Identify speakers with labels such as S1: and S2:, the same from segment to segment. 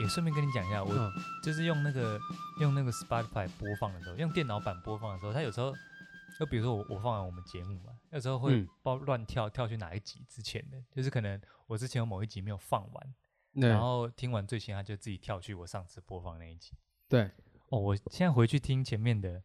S1: 也顺便跟你讲一下，我
S2: 嗯
S1: 就是用那个用那个 Spotify 播放的时候，用电脑版播放的时候，它有时候，就比如说我我放完我们节目嘛，有时候会
S2: 嗯
S1: 不知道乱跳跳去哪一集之前的，就是可能我之前有某一集没有放完，
S2: 对
S1: 然后听完最新，它就自己跳去我上次播放那一集。
S2: 对，
S1: 哦，我现在回去听前面的，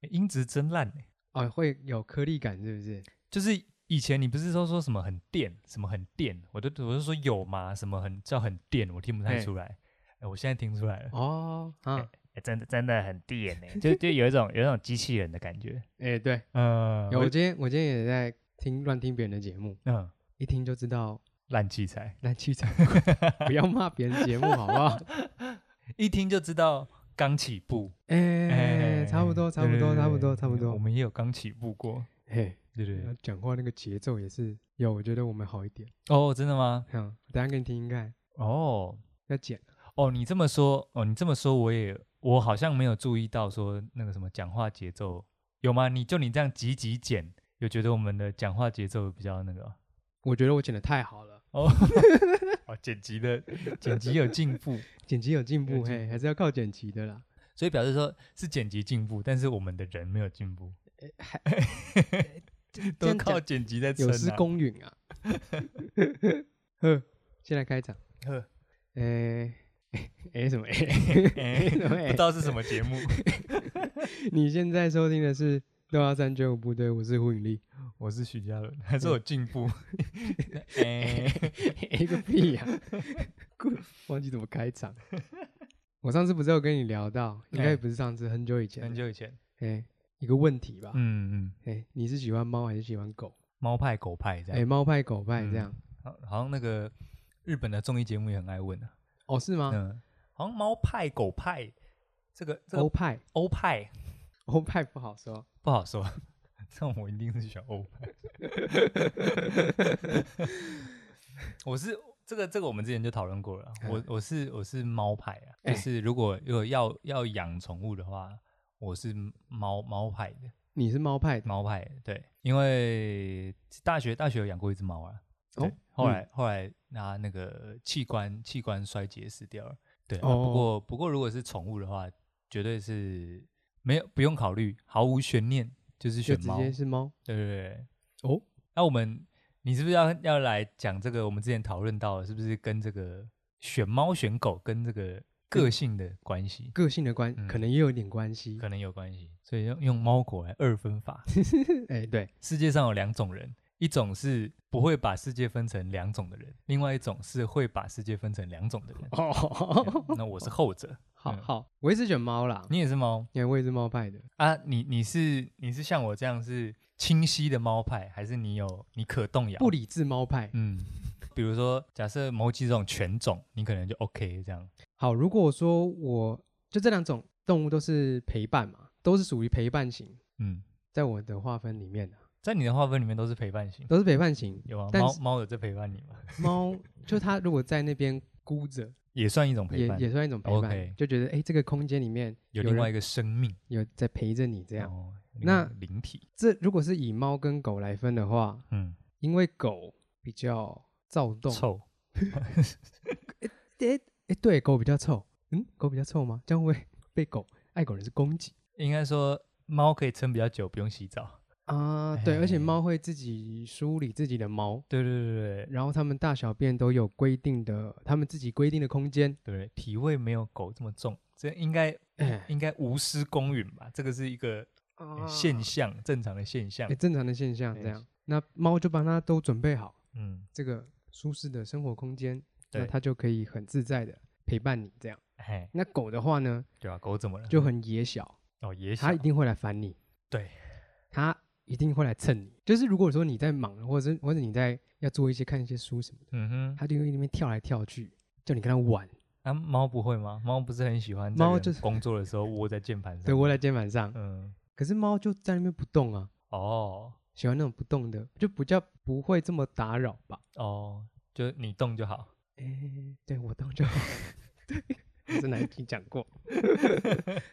S1: 诶音质真烂、欸、
S2: 哦会有颗粒感是不是？
S1: 就是以前你不是说说什么很电，什么很电，我都我就说有吗？什么很叫很电，我听不太
S2: 嘿
S1: 出来。哎，我现在听出来了，
S2: 哦啊
S1: 哎真的真的很电呢、 就就有一种有一种机器人的感觉。
S2: 哎、对，
S1: 嗯，
S2: 有我今天我今天也在听乱听别人的节目，
S1: 嗯
S2: 一听就知道
S1: 烂器材，
S2: 烂气场， 不要骂别人节目好不好？
S1: 一听就知道刚起步。
S2: 哎、 差不多差不
S1: 对
S2: 多
S1: 对
S2: 差不
S1: 对
S2: 多
S1: 对
S2: 差不
S1: 我
S2: 多，
S1: 们也有刚起步过，
S2: 嘿，
S1: 对对对。
S2: 讲话那个节奏也是有，我觉得我们好一点。
S1: 哦，真的吗？
S2: 嗯，等一下给你听听看，
S1: 哦，
S2: 要剪。
S1: 哦，你这么说，哦，你这么说，我也我好像没有注意到说那个什么讲话节奏有吗？你就你这样急急剪，有觉得我们的讲话节奏比较那个
S2: 我觉得我剪的太好了，
S1: 哦？哦，剪辑的 剪辑有进步，
S2: 剪辑有进
S1: 有
S2: 步，
S1: 进
S2: 嘿，还是要靠剪辑的啦。
S1: 所以表示说是剪辑进步，但是我们的人没有进步，
S2: 这
S1: 都
S2: 样
S1: 靠
S2: 讲
S1: 剪辑在撑、啊。
S2: 有失公允 啊。 呵，现在开场。
S1: 呵，
S2: 诶、诶、什么？诶、
S1: 哎不知道是什么节目。
S2: 你现在收听的是六幺三九五部队，我是 胡永丽。
S1: 我是徐嘉伦，还是有进步？哎、
S2: 一个屁 呀、忘记怎么开场。我上次不是有跟你聊到，应该
S1: 哎
S2: 也不是上次，很久以前了，
S1: 很久以前，
S2: 哎、一个问题吧，哎、
S1: 嗯嗯，
S2: 你是喜欢猫还是喜欢狗？
S1: 猫派狗派这
S2: 哎、
S1: 样。
S2: 猫派狗派
S1: 啊嗯
S2: 这样，
S1: 好好像那个日本的综艺节目也很爱问啊，
S2: 哦，是吗？
S1: 嗯，哦好像猫派、狗派，这个这
S2: 欧
S1: 个
S2: 派，
S1: 欧派
S2: 欧派不好说，
S1: 不好说， 但我一定是选欧派。 我是这个这个我们之前就讨论过了啊，我我是我是猫派啊，
S2: 哎
S1: 就是如果如果要要养宠物的话，我是猫猫派的
S2: 你是猫派的
S1: 猫派的，对，因为大学大学有养过一只猫啊，
S2: 哦
S1: 对，后来、后来拿那个器官器官衰竭死掉了。对，啊
S2: 哦
S1: 不过不过如果是宠物的话，绝对是没有不用考虑，毫无悬念就是
S2: 就
S1: 选
S2: 直
S1: 猫。
S2: 接
S1: 对
S2: 是猫
S1: 对对。
S2: 哦。
S1: 那、我们你是不是要要来讲这个？我们之前讨论到的是不是跟这个选猫选狗跟这个
S2: 嗯
S1: 个性的关系？
S2: 个性的关，
S1: 嗯
S2: 可能也有一点关系。
S1: 可能有关系，所以用用猫狗来二分法。
S2: 哎、对，
S1: 世界上有两种人，一种是不会把世界分成两种的人，另外一种是会把世界分成两种的人。
S2: 哦，
S1: 嗯那我是后者，
S2: 好
S1: 嗯
S2: 好，我也是选猫啦，
S1: 你也是猫
S2: 因为我也是猫派的。
S1: 啊？你你是你是像我这样是清晰的猫派，还是你有你可动摇？
S2: 不理智猫派。
S1: 嗯，比如说假设某几种犬种，你可能就 OK 这样。
S2: 好，如果说我就这两种动物都是陪伴嘛，都是属于陪伴型，
S1: 嗯，
S2: 在我的划分里面的、
S1: 在你的划分里面都是陪伴型，
S2: 都是陪伴型。
S1: 有啊？
S2: 但
S1: 猫
S2: 是
S1: 猫有在陪伴你吗？
S2: 猫就它如果在那边孤着，
S1: 也算一种陪
S2: 也
S1: 伴，
S2: 也算一种陪
S1: OK
S2: 伴，就觉得哎、这个空间里面
S1: 有
S2: 有
S1: 另外
S2: 人
S1: 一个哦生命，
S2: 有在陪着你这
S1: 然
S2: 样。
S1: 后另外一
S2: 那
S1: 个灵体，
S2: 这如果是以猫跟狗来分的话，
S1: 嗯，
S2: 因为狗比较躁动，
S1: 臭。
S2: 诶诶，对，狗比较臭，嗯，狗比较臭吗？这样会不会被狗爱狗人士攻击
S1: 应该说猫可以撑比较久，不用洗澡。
S2: 啊？对，而且
S1: 哎
S2: 猫会自己梳理自己的毛，
S1: 对对对对对
S2: 然后它们大小便都有规定的，它们自己规定的空间。
S1: 对，体味没有狗这么重，这应该
S2: 哎哦
S1: 应该无失公允吧？这个是一个呃现象，正常的现象
S2: 哎，。正常的现象这
S1: 哎
S2: 样。那猫就帮它都准备好
S1: 嗯，
S2: 这个舒适的生活空间，那
S1: 对
S2: 它就可以很自在的陪伴你这样。
S1: 哎，
S2: 那狗的话呢，
S1: 对啊，狗怎么了？
S2: 就很野小，
S1: 哦，也
S2: 它
S1: 想
S2: 一定会来烦你，
S1: 对，
S2: 它一定会来蹭你。就是如果说你在忙，或者是或者你在要做一些看一些书什么的，
S1: 嗯哼，
S2: 它就会那边跳来跳去，叫你跟它玩，
S1: 啊，猫不会吗？猫不是很喜欢在
S2: 猫
S1: 人
S2: 就是
S1: 工作的时候窝在键盘上，
S2: 对，窝在，肩膀上。
S1: 嗯，
S2: 可是猫就在那边不动啊，
S1: 哦
S2: 喜欢那种不动的，就比较不会这么打扰吧。
S1: 哦，就你动就好。
S2: 哎、对我动 就好。对，我真的已经讲 过。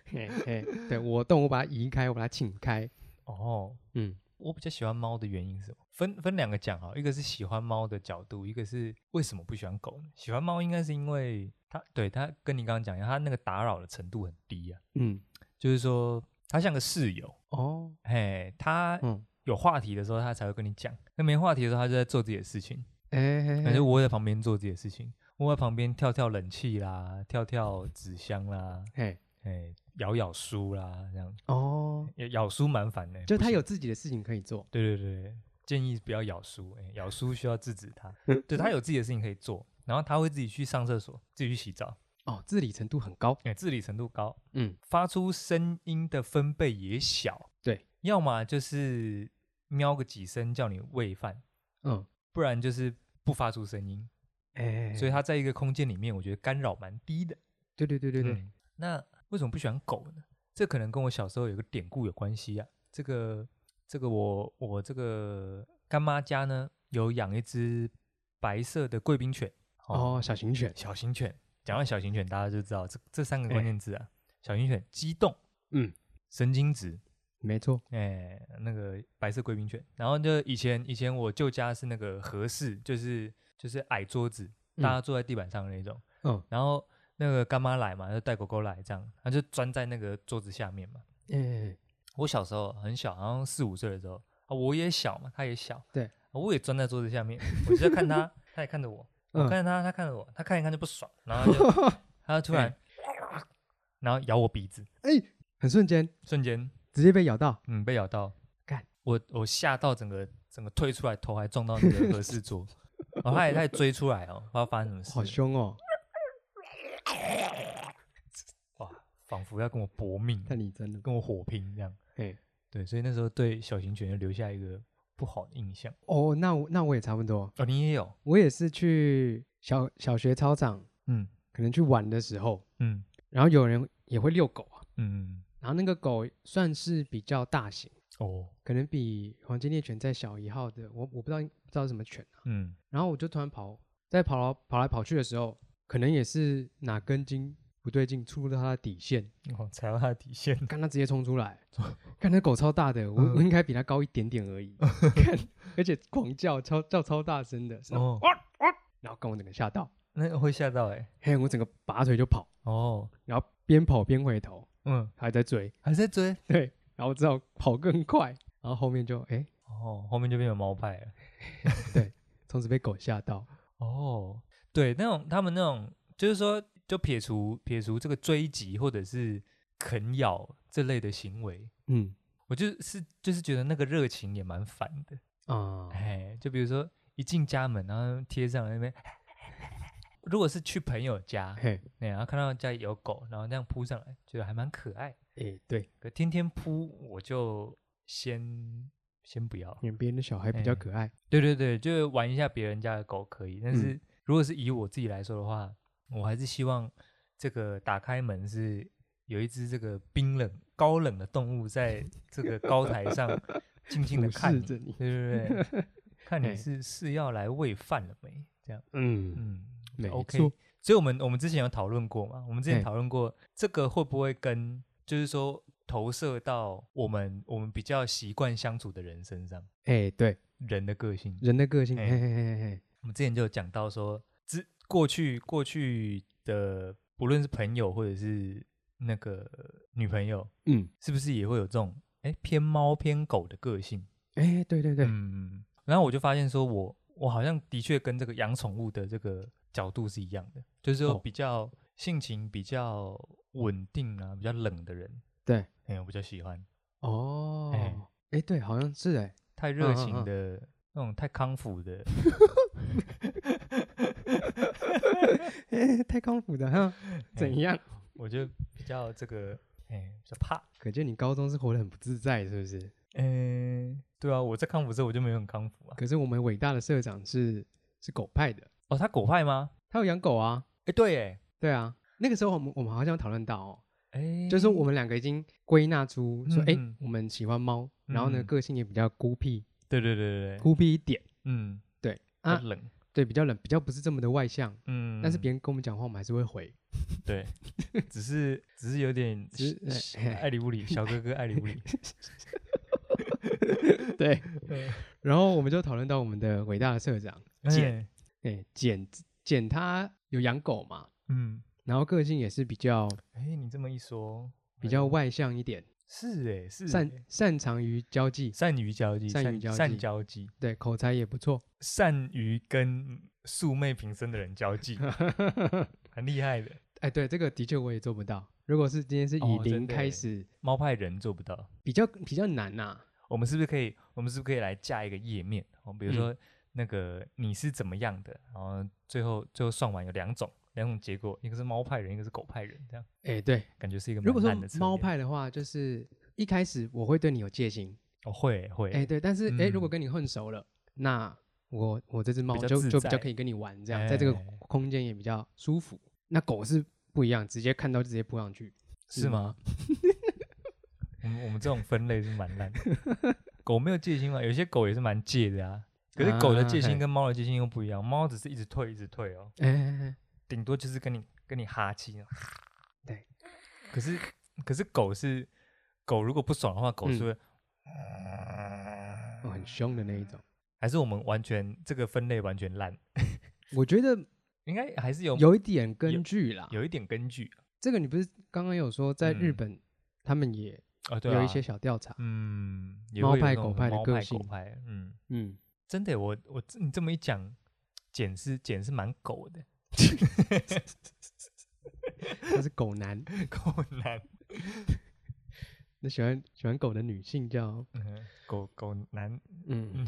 S2: 嘿嘿，对我动，我把它移开，我把它请开。
S1: 哦，
S2: 嗯，
S1: 我比较喜欢猫的原因是什么？分分两个讲哈，一个是喜欢猫的角度，一个是为什么不喜欢狗呢？喜欢猫应该是因为它对它跟你刚刚讲一样，它那个打扰的程度很低啊，
S2: 嗯，
S1: 就是说它像个室友，
S2: 哦，
S1: 嘿，它
S2: 嗯，
S1: 有话题的时候它才会跟你讲，那没话题的时候它就在做自己的事情，
S2: 哎、嘿
S1: 感
S2: 嘿
S1: 觉我在旁边做自己的事情，我在旁边跳跳冷气啦，跳跳纸箱啦，
S2: 嘿，
S1: 哎，咬咬书啦，这样
S2: 哦，
S1: 咬咬书蛮烦的，
S2: 就
S1: 不
S2: 他
S1: 行
S2: 有自己的事情可以做，
S1: 对对对，建议不要咬书，哎咬书需要制止 他。对他有自己的事情可以做，然后他会自己去上厕所，自己去洗澡，
S2: 哦，自理程度很高，
S1: 哎，自理程度高，
S2: 嗯，
S1: 发出声音的分贝也小。
S2: 对，
S1: 要么就是喵个几声叫你喂饭，
S2: 嗯，
S1: 不然就是不发出声音。
S2: 哎、
S1: 所以他在一个空间里面，我觉得干扰蛮低的。
S2: 对对对对对，
S1: 嗯那为什么不喜欢狗呢？这可能跟我小时候有个典故有关系啊。这个这个我我这个干妈家呢有养一只白色的贵宾犬，哦，
S2: 哦，小型犬，
S1: 小型犬。讲到小型犬，大家就知道这这三个关
S2: 哎
S1: 键字啊，小型犬激动，
S2: 嗯，
S1: 神经质，
S2: 没错，
S1: 哎，那个白色贵宾犬。然后就以前以前我舅家是那个和室，就是就是矮桌子，大家坐在地板上的那种。
S2: 嗯，
S1: 然后那个干妈来嘛，就带狗狗来这样，他就钻在那个桌子下面嘛。
S2: 哎、
S1: 我小时候很小，好像四五岁的时候啊，我也小嘛，他也小，
S2: 对
S1: 啊，我也钻在桌子下面，我就在看 他，他也看着我，我
S2: 嗯
S1: 看着他，他看着我，他看一看就不爽，然后他 就他就突然，然后咬我鼻子，
S2: 哎、很瞬间
S1: 瞬间
S2: 直接被咬到，
S1: 嗯被咬到，
S2: 干，
S1: 我我吓到整个整个退出来，头还撞到那 个合适桌，然后他也他也追出来哦，不知道发生什么事，
S2: 好凶哦，
S1: 哇，仿佛要跟我搏命，
S2: 看你真的，
S1: 跟我火拼这样。
S2: 哎、
S1: 对，所以那时候对小型犬就留下一个不好的印象。
S2: 哦，那我那我也差不多，
S1: 哦，你也有，
S2: 我也是去小小学操场，
S1: 嗯
S2: 可能去玩的时候，
S1: 嗯
S2: 然后有人也会遛狗啊，
S1: 嗯，
S2: 然后那个狗算是比较大型，
S1: 哦，
S2: 可能比黄金猎犬再小一号的，我我不知道不知道是什么犬啊。
S1: 嗯，
S2: 然后我就突然跑，在跑来跑来跑去的时候，可能也是哪根筋不对劲，触到它的底线，
S1: 哦，踩到它的底线，
S2: 看它直接冲出来，看那狗超大的，我、
S1: 嗯
S2: 我应该比它高一点点 而已，看而且狂叫，超叫超大声的，是那种
S1: 哦，
S2: 然后刚我整个吓到，
S1: 那个会吓到哎、
S2: 嘿，我整个拔腿就跑，
S1: 哦，
S2: 然后边跑边回头，
S1: 嗯，
S2: 它还在追，
S1: 还在追，
S2: 对，然后只好跑更快，然后后面就哎，
S1: 哦，后面就变成猫派了，
S2: 从此被狗吓到，
S1: 哦，对，那种他们那种，就是说，就撇除撇除这个追击或者是啃咬这类的行为，
S2: 嗯
S1: 我就是就是觉得那个热情也蛮烦的。
S2: 啊，
S1: 哎，就比如说一进家门，然后贴上那边。 如果是去朋友家，
S2: 嘿，
S1: 哎然后看到家里有狗，然后那样扑上来，觉得还蛮可爱。
S2: 哎，对。
S1: 可天天扑，我就先先不要。
S2: 因为别人的小孩比较
S1: 哎
S2: 可爱。
S1: 对对对，就是玩一下别人家的狗可以，但
S2: 嗯
S1: 是如果是以我自己来说的话，我还是希望这个打开门是有一只这个冰冷高冷的动物在这个高台 上静静的
S2: 俯
S1: 看
S2: 视
S1: 你，
S2: 着你
S1: 对对 对，看你
S2: 哎
S1: 是是要来喂饭了没？这样，
S2: 嗯，
S1: 嗯，
S2: 没
S1: OK
S2: 错。
S1: 所以我们我们之前有讨论过嘛？我们之前
S2: 哎
S1: 讨论过这个会不会跟就是说投射到我们我们比较习惯相处的人身上，
S2: 哎、对，
S1: 人的个性。
S2: 人的个性，
S1: 哎
S2: 嘿嘿嘿嘿嘿，
S1: 我们之前就有讲到说，之过去过去的不论是朋友或者是那个女朋友，
S2: 嗯，
S1: 是不是也会有这种哎偏猫偏狗的个性？
S2: 哎、对对对，
S1: 嗯，然后我就发现说我我好像的确跟这个养宠物的这个角度是一样的，就是说
S2: 哦
S1: 比较性情比较稳定啊，比较冷的人，
S2: 对，
S1: 哎，我比较喜欢
S2: 哦，哎、对，好像是哎、
S1: 太热
S2: 嗯嗯
S1: 情
S2: 嗯
S1: 的那种太康复的，
S2: 哎、太康复的哈，
S1: 哎
S2: 怎样？
S1: 我就比较这个哎比较怕，
S2: 可见你高中是活得很不自在，是不是？
S1: 嗯，对啊，我在康复之后我就没有很康复啊。
S2: 可是我们伟大的社长是是狗派的，
S1: 哦，他狗派吗？
S2: 他有养狗啊，
S1: 哎，对，哎，
S2: 对啊，那个时候我们我们好像有讨论到哦，
S1: 哎，
S2: 就是我们两个已经归纳出说，哎、
S1: 嗯嗯
S2: 我们喜欢猫，然后呢
S1: 嗯
S2: 个性也比较孤僻，
S1: 对对对对对，
S2: 孤僻一点，
S1: 嗯，
S2: 对
S1: 啊，
S2: 啊
S1: 冷，
S2: 对，比较冷，比较不是这么的外向，
S1: 嗯，
S2: 但是别人跟我们讲话，我们还是会回。
S1: 对，只是只是有点呃
S2: 只
S1: 小
S2: 哎
S1: 爱理不理，小哥哥爱理不理。
S2: 对
S1: 对。
S2: 然后我们就讨论到我们的伟大的社长，简
S1: 哎
S2: 哎，简简他有养狗嘛，
S1: 嗯，
S2: 然后个性也是比较
S1: 哎，你这么一说，
S2: 比
S1: 哎
S2: 较外向一点，
S1: 是哎是
S2: 擅
S1: 哎
S2: 擅长于交际，
S1: 善于交际，
S2: 善于交
S1: 善
S2: 际
S1: 交际，
S2: 对，口才也不错，
S1: 善于跟素昧平生的人交 际，很厉害的。
S2: 哎，对，这个的确我也做不到。如果是今天是以
S1: 哦真
S2: 零
S1: 的
S2: 开
S1: 耶
S2: 始，
S1: 猫派人做不到。
S2: 比较比较难呐、
S1: 我们是不是可以？我们是不是可以来架一个页面？哦，比如
S2: 嗯
S1: 说那个你是怎么样的，然后最后最后算完有两种两种结果，一个是猫派人，一个是狗派人，这样
S2: 哎、对，
S1: 感觉是一个
S2: 如果
S1: 蛮
S2: 说
S1: 烂的测
S2: 猫
S1: 验，
S2: 派的话，就是一开始我会对你有戒心，
S1: 哦会会
S2: 哎、对，但是哎、如
S1: 嗯
S2: 果跟你混熟了，那我我这只猫
S1: 较
S2: 就
S1: 自
S2: 就比较
S1: 在
S2: 可以跟你玩，这样、在这个
S1: 哎
S2: 空间也比较舒服。那狗是不一样，直接看到就直接扑上去，
S1: 是吗？？ 我们我们这种分类是蛮烂的。狗没有戒心嘛？有些狗也是蛮戒的啊。可是狗的
S2: 啊
S1: 戒心
S2: 嘿
S1: 跟猫的戒心又不一样，猫只是一直退一直退哦，
S2: 哎、哎哎
S1: 顶多就是跟你跟你哈气。
S2: 对。
S1: 可是可是狗是狗，如果不爽的话，狗是
S2: 嗯
S1: 会。哎
S2: 哦很凶的那一种。
S1: 还是我们完全这个分类完全烂，
S2: 我觉得
S1: 应该还是有
S2: 有一点根据啦。
S1: 有一点根据
S2: 这个你不是刚刚有说在日
S1: 嗯
S2: 本，他们也
S1: 啊、对啊，
S2: 有一些小调查，
S1: 嗯，也
S2: 猫
S1: 会有
S2: 派
S1: 那种
S2: 狗派的
S1: 猫
S2: 个
S1: 派
S2: 性
S1: 狗派，嗯，
S2: 嗯，
S1: 真的耶，我我你这么一讲，简是简是蛮狗的，
S2: 他是狗男，
S1: 狗男，
S2: 那喜欢喜欢狗的女性叫
S1: 嗯，狗狗男，
S2: 嗯
S1: 嗯，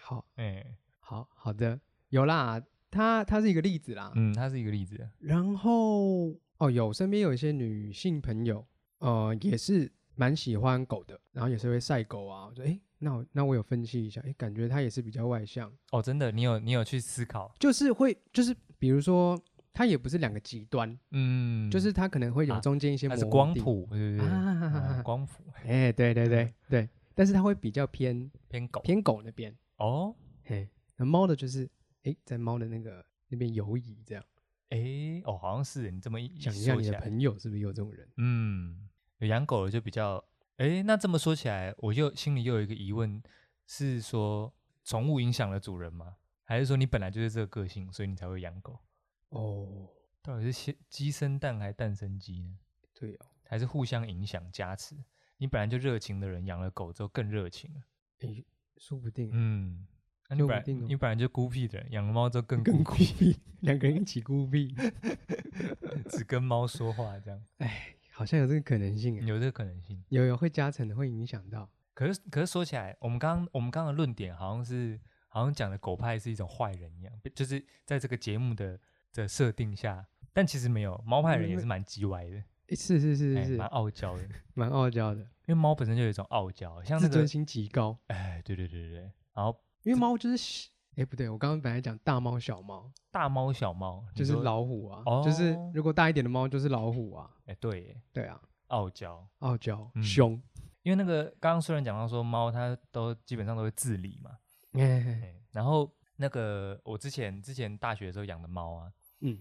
S2: 好
S1: 哎、
S2: 好好的，有啦，他他是一个例子啦。
S1: 嗯，它是一个例子，
S2: 然后哦，有身边有一些女性朋友，呃，也是蛮喜欢狗的，然后也是会晒狗啊。我说，诶，那我那我有分析一下，诶，感觉她也是比较外向，
S1: 哦，真的，你有你有去思考，
S2: 就是会就是比如说，她也不是两个极端，
S1: 嗯，
S2: 就是她可能会有
S1: 啊
S2: 中间一些
S1: 它
S2: 模
S1: 是
S2: 糊
S1: 光
S2: 地，
S1: 谱，嗯对不对？
S2: 啊
S1: 嗯光谱
S2: 哎，对对对对，但是她会比较偏
S1: 偏狗
S2: 偏狗那边，
S1: 哦，
S2: 嘿，那猫的就是诶，在猫的那个那边游移这样。
S1: 哎、哦，好像是你这么一
S2: 想一
S1: 一
S2: 下
S1: 说
S2: 你
S1: 起
S2: 的
S1: 来
S2: 朋友是不是有这种人？
S1: 嗯，有养狗的就比较，诶，那这么说起来，我又心里又有一个疑问，是说宠物影响了主人吗？还是说你本来就是这个个性，所以你才会养狗？
S2: 哦，
S1: 到底是先鸡生蛋还是蛋生鸡呢？
S2: 对哦，
S1: 还是互相影响加持？你本来就热情的人，养了狗之后更热情了。
S2: 诶，说不定
S1: 嗯，那、你本
S2: 说不
S1: 来
S2: 定哦
S1: 你本来就孤僻的人，养了猫之后更
S2: 跟
S1: 孤
S2: 孤僻， 两个人一起孤僻，
S1: 只跟猫说话，这样
S2: 哎，好像有这个可能性诶，啊
S1: 有这个可能性。
S2: 有有会加成的，会影响到。
S1: 可是，可是说起来，我们刚刚我们刚刚的论点好像是，好像讲的狗派是一种坏人一样，被就是在这个节目的的设定下，但其实没有，猫派人也是蛮叽歪的，
S2: 诶是是是
S1: 哎
S2: 是
S1: 蛮
S2: 是，
S1: 傲娇的，因
S2: 蛮傲娇的，
S1: 为猫本身就有一种傲娇，像
S2: 自
S1: 那个
S2: 尊，心极高。
S1: 哎，对对对对对，然后
S2: 因为猫就是小，诶，不对，我刚刚本来讲大猫小猫，
S1: 大猫小猫你
S2: 就是
S1: 说，
S2: 老虎啊，就是
S1: 哦
S2: 如果大一点的猫就是老虎啊，
S1: 哎，对耶，
S2: 对啊，
S1: 傲娇，
S2: 傲娇、
S1: 嗯
S2: 凶，
S1: 因为那个刚刚虽然讲到说猫它都基本上都会自理嘛，
S2: 哎，
S1: 哎，然后那个我之前之前大学的时候养的猫啊，
S2: 嗯，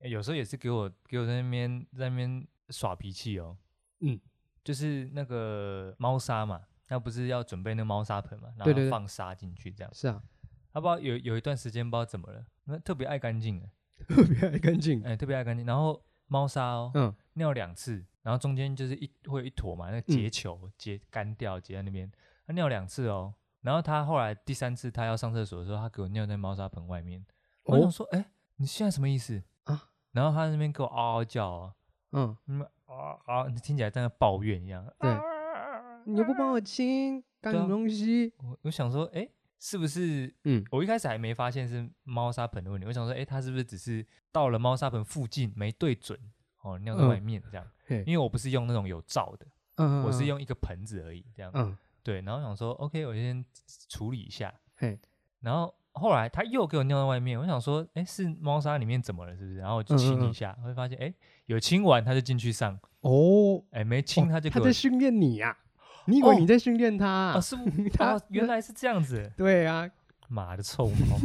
S1: 欸有时候也是给我给我在那边在那边耍脾气哦。
S2: 嗯，
S1: 就是那个猫砂嘛，那不是要准备那个猫砂盆嘛，然后
S2: 对对对
S1: 要放沙进去这样。
S2: 是啊，
S1: 他不知道有有一段时间不知道怎么了，那特别爱干净的，
S2: 特别爱干净，
S1: 哎、特别爱干净。然后猫砂哦，
S2: 嗯，
S1: 尿两次，然后中间就是一会有一坨嘛，那
S2: 嗯
S1: 结球结干掉结在那边，它尿两次哦。然后它后来第三次它要上厕所的时候，它给我尿在猫砂盆外面。我想
S2: 哦，
S1: 说，哎、你现在什么意思
S2: 啊？
S1: 然后它在那边给我嗷嗷叫啊。
S2: 嗯，
S1: 嗯啊啊，你听起来像在抱怨一样。
S2: 对
S1: 啊，
S2: 你又不帮我清，干
S1: 对
S2: 什
S1: 啊
S2: 么东西？
S1: 我我想说，哎，是不是？
S2: 嗯，
S1: 我一开始还没发现是猫砂盆的问题，我想说，哎，它是不是只是到了猫砂盆附近没对准，哦，尿在
S2: 嗯
S1: 外面这样？
S2: 嘿
S1: 因为我不是用那种有罩的，
S2: 嗯，
S1: 我是
S2: 嗯，
S1: 用一个盆子而已，这样。
S2: 嗯，
S1: 对，然后想说，OK，我先处理一下。
S2: 嘿，
S1: 然后后来它又给我尿在外面，我想说，哎，是猫砂里面怎么了？是不是？然后我就
S2: 嗯嗯
S1: 清
S2: 嗯
S1: 一下，会发现，哎，有清完它就进去上，
S2: 哦，
S1: 哎，没清
S2: 哦
S1: 它就给
S2: 他
S1: 我
S2: 在训练你呀？你以为
S1: 哦
S2: 你在训练他啊
S1: 啊，？ 是不
S2: 他
S1: 哦，原来是这样子，
S2: 对啊，
S1: 妈的臭 猫，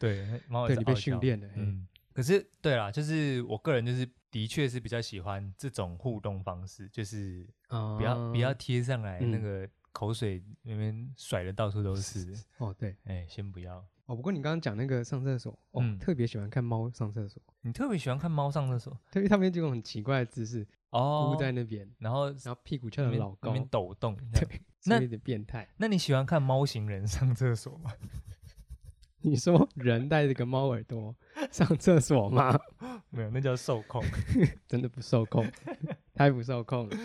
S1: 对，那猫也哦
S2: 对
S1: 是
S2: 你被
S1: 傲
S2: 训
S1: 娇，
S2: 练了，嘿，
S1: 嗯，可是对啦，就是我个人就是的确是比较喜欢这种互动方式，就是
S2: 啊
S1: 不要不要贴上来那
S2: 嗯
S1: 个口水那边甩的到处都是。
S2: 哦，对，
S1: 哎，先不要。
S2: 哦，不过你刚刚讲那个上厕所，哦，
S1: 嗯
S2: 特别喜欢看猫上厕所，
S1: 你特别喜欢看猫上厕所
S2: 特别它们这种很奇怪的姿势，
S1: 哦
S2: 扑，在那边，
S1: 然后
S2: 然后屁股翘
S1: 那
S2: 的
S1: 边
S2: 老
S1: 那
S2: 高，
S1: 边抖动。这样
S2: 对，是
S1: 那
S2: 有点变态。
S1: 那你喜欢看猫型人上厕所吗？
S2: 你说人带着个猫耳朵上厕所吗？
S1: 没有，那叫受控。
S2: 真的不受控， 太不受控了，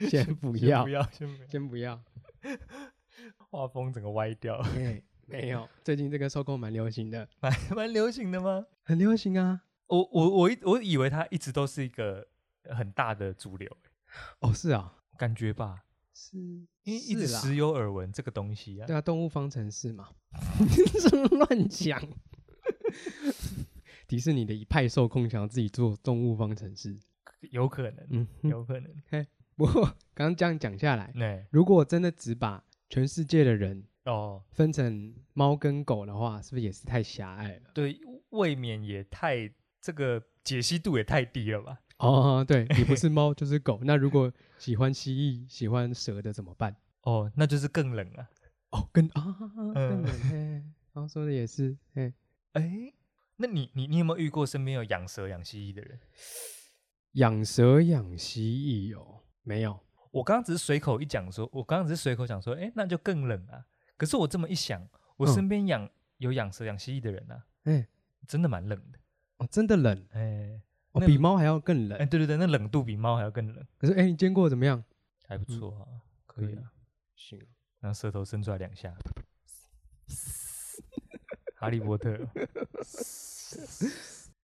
S2: 先不
S1: 先
S2: 要
S1: 不，要，先不要，
S2: 先不要。
S1: 画风整个歪掉，
S2: 对，没有，最近这个受控蛮流行的，
S1: 蛮蛮流行的吗？
S2: 很流行啊。
S1: 我我我一我以为它一直都是一个很大的主流，
S2: 哦，是啊，
S1: 感觉吧，
S2: 是，
S1: 因为一直
S2: 是啦
S1: 时有耳闻这个东西啊
S2: 对。啊，动物方程 式嘛，什么乱讲。迪士尼的一派受控想要自己做动物方程式，
S1: 有可能，
S2: 嗯哼，
S1: 有可能。
S2: 不过刚刚这样讲下来，
S1: 对，
S2: 如果真的只把全世界的人
S1: 哦，
S2: 分成猫跟狗的话，是不是也是太狭隘了？
S1: 对，未免也太这个解析度也太低了吧？
S2: 哦，对你不是猫就是狗，那如果喜欢蜥蜴、喜欢蛇的怎么办？
S1: 哦，那就是更冷啊。
S2: 哦，跟啊，
S1: 嗯
S2: 更冷嘿，然后说的也是，嘿，
S1: 哎，那你你你有没有遇过身边有养蛇养蜥蜴的人？
S2: 养蛇养蜥蜴哦，没有，
S1: 我刚刚只是随口一讲说，我刚刚只是随口讲说，哎，那就更冷啊。可是我这么一想，我
S2: 嗯
S1: 身边养、有养蛇养蜥蜴的人啊，
S2: 哎，
S1: 真的蛮冷的。
S2: 哦，真的冷，
S1: 哎
S2: 哦，
S1: 那
S2: 比猫还要更
S1: 哎，
S2: 冷。
S1: 对对对，那冷度比猫还要更冷，
S2: 可是哎，你煎过怎么样？
S1: 还不
S2: 嗯
S1: 错啊，可
S2: 可
S1: 以
S2: 以
S1: 啊。
S2: 行，
S1: 然后舌头伸出来两下，哈利波特。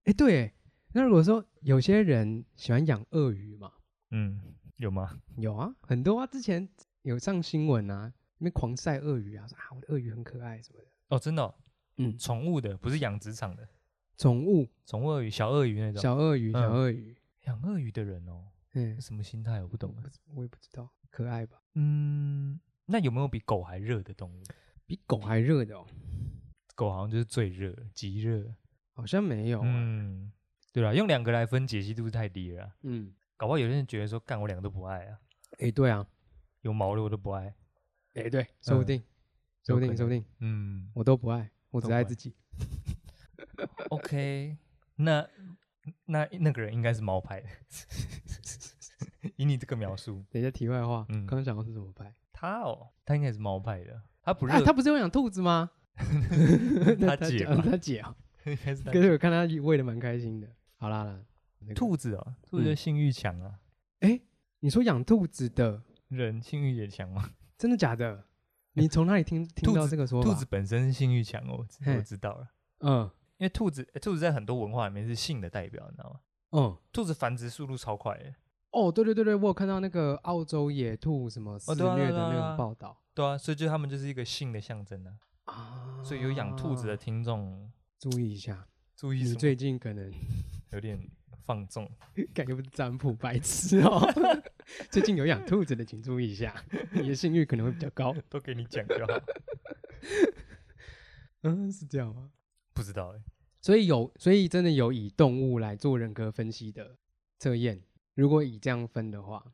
S2: 哎，对，那如果说有些人喜欢养鳄鱼嘛，
S1: 嗯，有吗？
S2: 有啊，很多啊，之前有上新闻啊，那边狂晒鳄鱼啊，说啊我的鳄鱼很可爱什么的，
S1: 哦，真的、哦，
S2: 嗯，
S1: 宠物的不是养殖场的，
S2: 宠物
S1: 宠物鳄鱼、小鳄鱼那种。
S2: 小鳄鱼，小
S1: 嗯
S2: 鳄鱼，
S1: 养鳄鱼的人哦，
S2: 嗯
S1: 是，什么心态我不懂啊。
S2: 我也不知道，可爱吧？
S1: 嗯，那有没有比狗还热的动物？
S2: 比狗还热的哦，
S1: 狗好像就是最热，极热。
S2: 好像没有、啊。
S1: 嗯，对了，用两个来分解析度太低了啊，
S2: 嗯，
S1: 搞不好有些人觉得说，干我两个都不爱啊，
S2: 哎、对啊，
S1: 有毛的我都不爱。
S2: 哎、对，说
S1: 嗯
S2: 不定，说不
S1: 有可
S2: 定，说不
S1: 能
S2: 定，
S1: 嗯
S2: 我都不爱，我
S1: 都
S2: 只
S1: 不
S2: 爱
S1: 爱
S2: 自己。
S1: ，OK，那 那那个人应该是猫派的，以你这个描述，
S2: 等一下，题外话，
S1: 嗯
S2: 刚刚想到是怎么拍？
S1: 他哦，他应该是猫派的，他不热，
S2: 啊，他不是有养兔 子吗？
S1: 他
S2: 那
S1: 姐
S2: 讲
S1: 吧
S2: 他姐啊，
S1: 应该是他
S2: 可是我看他喂的蛮开心的。好啦好啦，那个，
S1: 兔子哦，兔子的
S2: 嗯
S1: 性欲强啊，
S2: 你说养兔子的，
S1: 人性欲也强吗？
S2: 真的假的？你从哪 里听听
S1: 兔
S2: 到
S1: 子
S2: 这个说法？
S1: 兔子，本身性欲强哦，我知我
S2: 嘿
S1: 知道了，
S2: 嗯
S1: 因为兔子兔子在很多文化里面是性的代表，你知道吗？
S2: 嗯，
S1: 兔子繁殖速度超快的，
S2: 哦，对对对对，我有看到那个澳洲野兔什么肆
S1: 对啊对啊
S2: 虐
S1: 对啊
S2: 的那
S1: 对啊
S2: 种报道
S1: 对啊，所以就他们就是一个性的象征啊，
S2: 啊，
S1: 所以有养兔子的听众
S2: 注意一下，
S1: 注意
S2: 你
S1: 什么，
S2: 最近可能
S1: 有点放纵。
S2: 感觉不是占卜白痴哦。 最近有养兔子的，请注意一下，你的性欲可能会比较高。
S1: 都给你讲就好。
S2: 嗯，是这样吗？
S1: 不知道哎、
S2: 所以有，所以真的有以动物来做人格分析的测验。如果以这样分的话，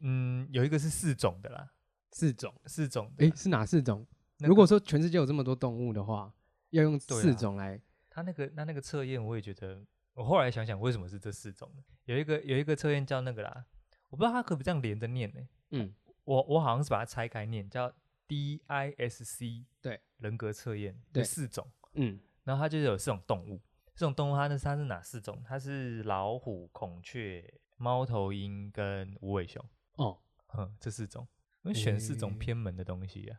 S1: 嗯，有一个是四种的啦，
S2: 四种，
S1: 四种的
S2: 诶，
S1: 啦。
S2: 是哪四种？
S1: 那
S2: 如果
S1: 个
S2: 说全世界有这么多动物的话，要用
S1: 对啊
S2: 四种来，
S1: 他那个那那个测验，我也觉得，我后来想想为什么是这四种呢？有一个有一个测验叫那个啦，我不知道它可不可以这样连着念呢、
S2: 嗯，
S1: 我我好像是把它拆开念，叫 D I S C，
S2: 对，
S1: 人格测验，有
S2: 对
S1: 四种。
S2: 嗯，
S1: 然后它就是有四种动物，这种动物它那是它是哪四种？它是老虎、孔雀、猫头鹰跟无尾熊，
S2: 哦，
S1: 哼，这四种。我们选四种
S2: 诶
S1: 偏门的东西啊。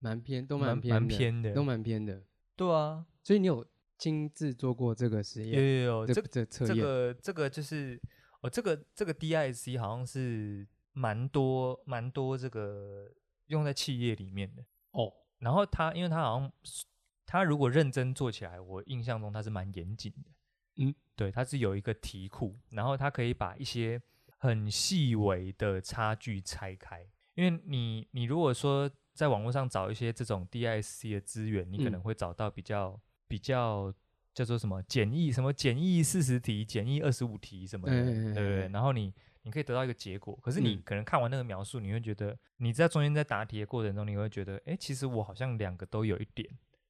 S2: 蛮偏，都
S1: 蛮
S2: 蛮偏
S1: 蛮
S2: 的
S1: 偏的
S2: 都蛮偏的。
S1: 对啊，
S2: 所以你有亲自做过这个实
S1: 有
S2: 验？
S1: 有有，
S2: 这
S1: 这
S2: 这测
S1: 这
S2: 验，
S1: 个这个就是哦，这个这个 DIC 好像是蛮多蛮多这个用在企业里面的。
S2: 哦，
S1: 然后他因为他好像是他如果认真做起来，我印象中他是蛮严谨的。
S2: 嗯，
S1: 对，他是有一个题库，然后他可以把一些很细微的差距拆开。因为你你如果说在网络上找一些这种 DIC 的资源，你可
S2: 嗯
S1: 能会找到比较、比较叫做什么简易什么简易四十题、简易二十五题什么的，
S2: 哎哎哎
S1: 对不对？
S2: 哎
S1: 然后你你可以得到一个结果。可是你
S2: 嗯
S1: 可能看完那个描述，你会觉得你在中间在答题的过程中，你会觉得，哎，其实我好像两个都有一点。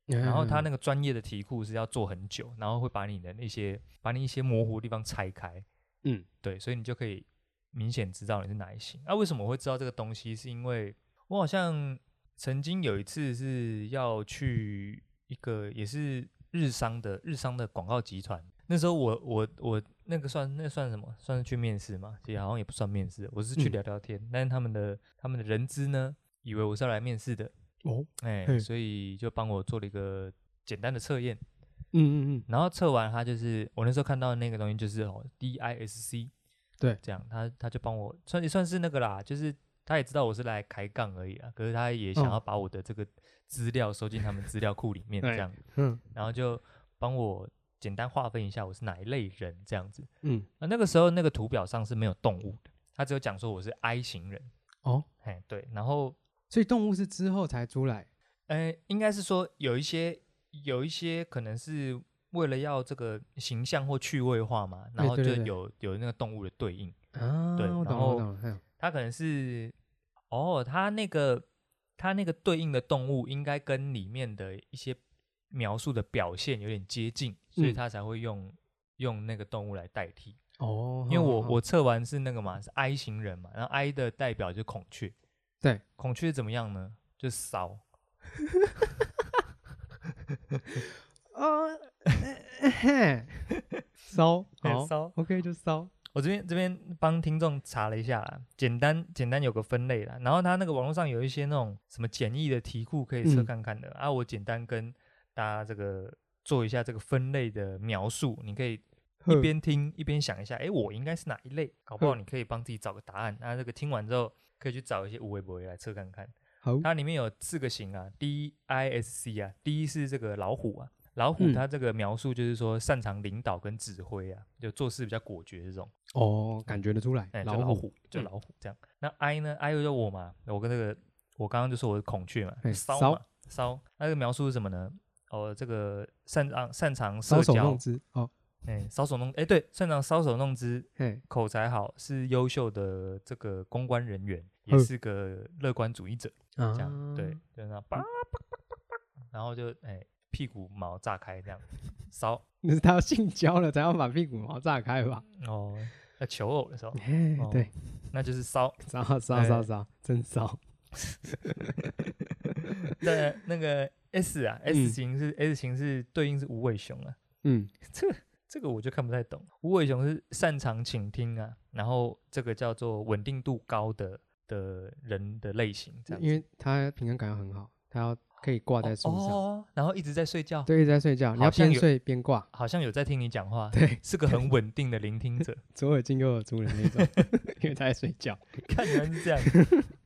S2: 嗯
S1: 然后他那
S2: 个
S1: 个专业的题库是要做很久，然后会把你的那些把你一些模糊的地方拆开，
S2: 嗯
S1: 对，所以你就可以明显知道你是哪一型。那、为什么我会知道这个东西？是因为我好像曾经有一次是要去一个也是日商的日商的广告集团，那时候我我我那个算那算什么？算是去面试嘛？其实好像也不算面试，我是去
S2: 嗯
S1: 聊聊天。但是他们的他们的人资呢，以为我是要来面试的，
S2: 哦
S1: 哎、
S2: 嘿
S1: 所以就帮我做了一个简单的测验，
S2: 嗯嗯嗯
S1: 然后测完它就是我那时候看到那个东西就是哦 DISC，
S2: 对
S1: 这样他他就帮我算也算是那个啦，就是他也知道我是来开杠而已啊，可是他也想
S2: 嗯
S1: 要把我的这个资料收进他们资料库里 面
S2: 哎
S1: 这样，
S2: 嗯
S1: 然后就帮我简单划分一下我是哪一类人这样子。
S2: 嗯
S1: 那那个时候那个图表上是没有动物的，他只有讲说我是 I 型人，
S2: 哦，
S1: 哎对，然后
S2: 所以动物是之后才出来，
S1: 呃，应该是说有一些有一些可能是为了要这个形象或趣味化嘛，然
S2: 哎
S1: 后
S2: 对
S1: 就
S2: 对
S1: 有
S2: 对
S1: 有那个动物的对应，
S2: 啊，
S1: 对
S2: 我
S1: 然
S2: 懂了
S1: 后
S2: 我懂了，还有
S1: 它可能是哦，它那个它那个对应的动物应该跟里面的一些描述的表现有点接近，所以
S2: 嗯
S1: 它才会用、用那个动物来代替。
S2: 哦，
S1: 因为
S2: 好
S1: 我
S2: 好
S1: 我测完是那个嘛，是 I 型人嘛，然后 I 的代表就是孔雀，
S2: 对，
S1: 孔雀怎么样呢？就是骚。
S2: 哦，嘿，骚，
S1: 哎
S2: 好
S1: 骚
S2: ，OK 就骚，
S1: 我这边这边帮听众查了一下啦，简单简单有个分类啦，然后它那个网络上有一些那种什么简易的题库可以测
S2: 嗯
S1: 看看的、啊，我简单跟大家这个做一下这个分类的描述，你可以一
S2: 呵
S1: 边听一边想一下，诶，我应该是哪一类？搞不好
S2: 嗯
S1: 你可以帮自己找个答案。那这个听完之后，可以去找一些无微博来测看看。
S2: 好，
S1: 它里面有四个型啊，D I S C 啊，D 是这个老虎啊，老虎
S2: 嗯
S1: 它这个描述就是说擅长领导跟指挥啊，就做事比较果决这种。
S2: 哦，感觉得出来
S1: 哎，，就
S2: 老
S1: 老
S2: 虎，
S1: 虎，就
S2: 嗯
S1: 老虎这样。那 I 呢？I 就是我嘛，我跟那个我刚刚就说我是孔雀嘛，
S2: 哎
S1: 骚
S2: 骚
S1: 嘛骚。那个描述是什么呢？哦，这个擅长擅长社
S2: 搔首弄
S1: 交，
S2: 姿，哦，
S1: 哎，搔首弄，哎，对，擅长搔首弄姿，
S2: 嘿，
S1: 口才好，是优秀的这个公关人员，也
S2: 嗯
S1: 是个乐观主义者，
S2: 啊
S1: 这样对，就那样叭叭叭叭叭，然后就哎屁股毛炸开这样，骚
S2: 那是他要性交了才要把屁股毛炸开吧？
S1: 哦，要求偶的时候，
S2: 嘿
S1: 哦
S2: 对，啊
S1: 那就是骚。
S2: 骚骚
S1: 哎
S2: 骚骚，真骚。
S1: 那那个 S 啊
S2: 嗯
S1: ，S 型是、S 型是对应是无尾熊啊，
S2: 嗯，
S1: 这这个我就看不太懂。无尾熊是擅长倾听啊，然后这个叫做稳定度高的的人的类型，这样
S2: 因
S1: 子
S2: 为他平衡感要很好，他要可以挂在树上，
S1: 哦，然后一直在睡觉，
S2: 对，一直在睡觉，你
S1: 好
S2: 要
S1: 像
S2: 边
S1: 有
S2: 睡边挂，
S1: 好像有在听你讲话，
S2: 对，
S1: 是个很稳定的聆听 者，
S2: 左耳进右耳出的那 种，因为他在睡觉。
S1: 看起来是这样。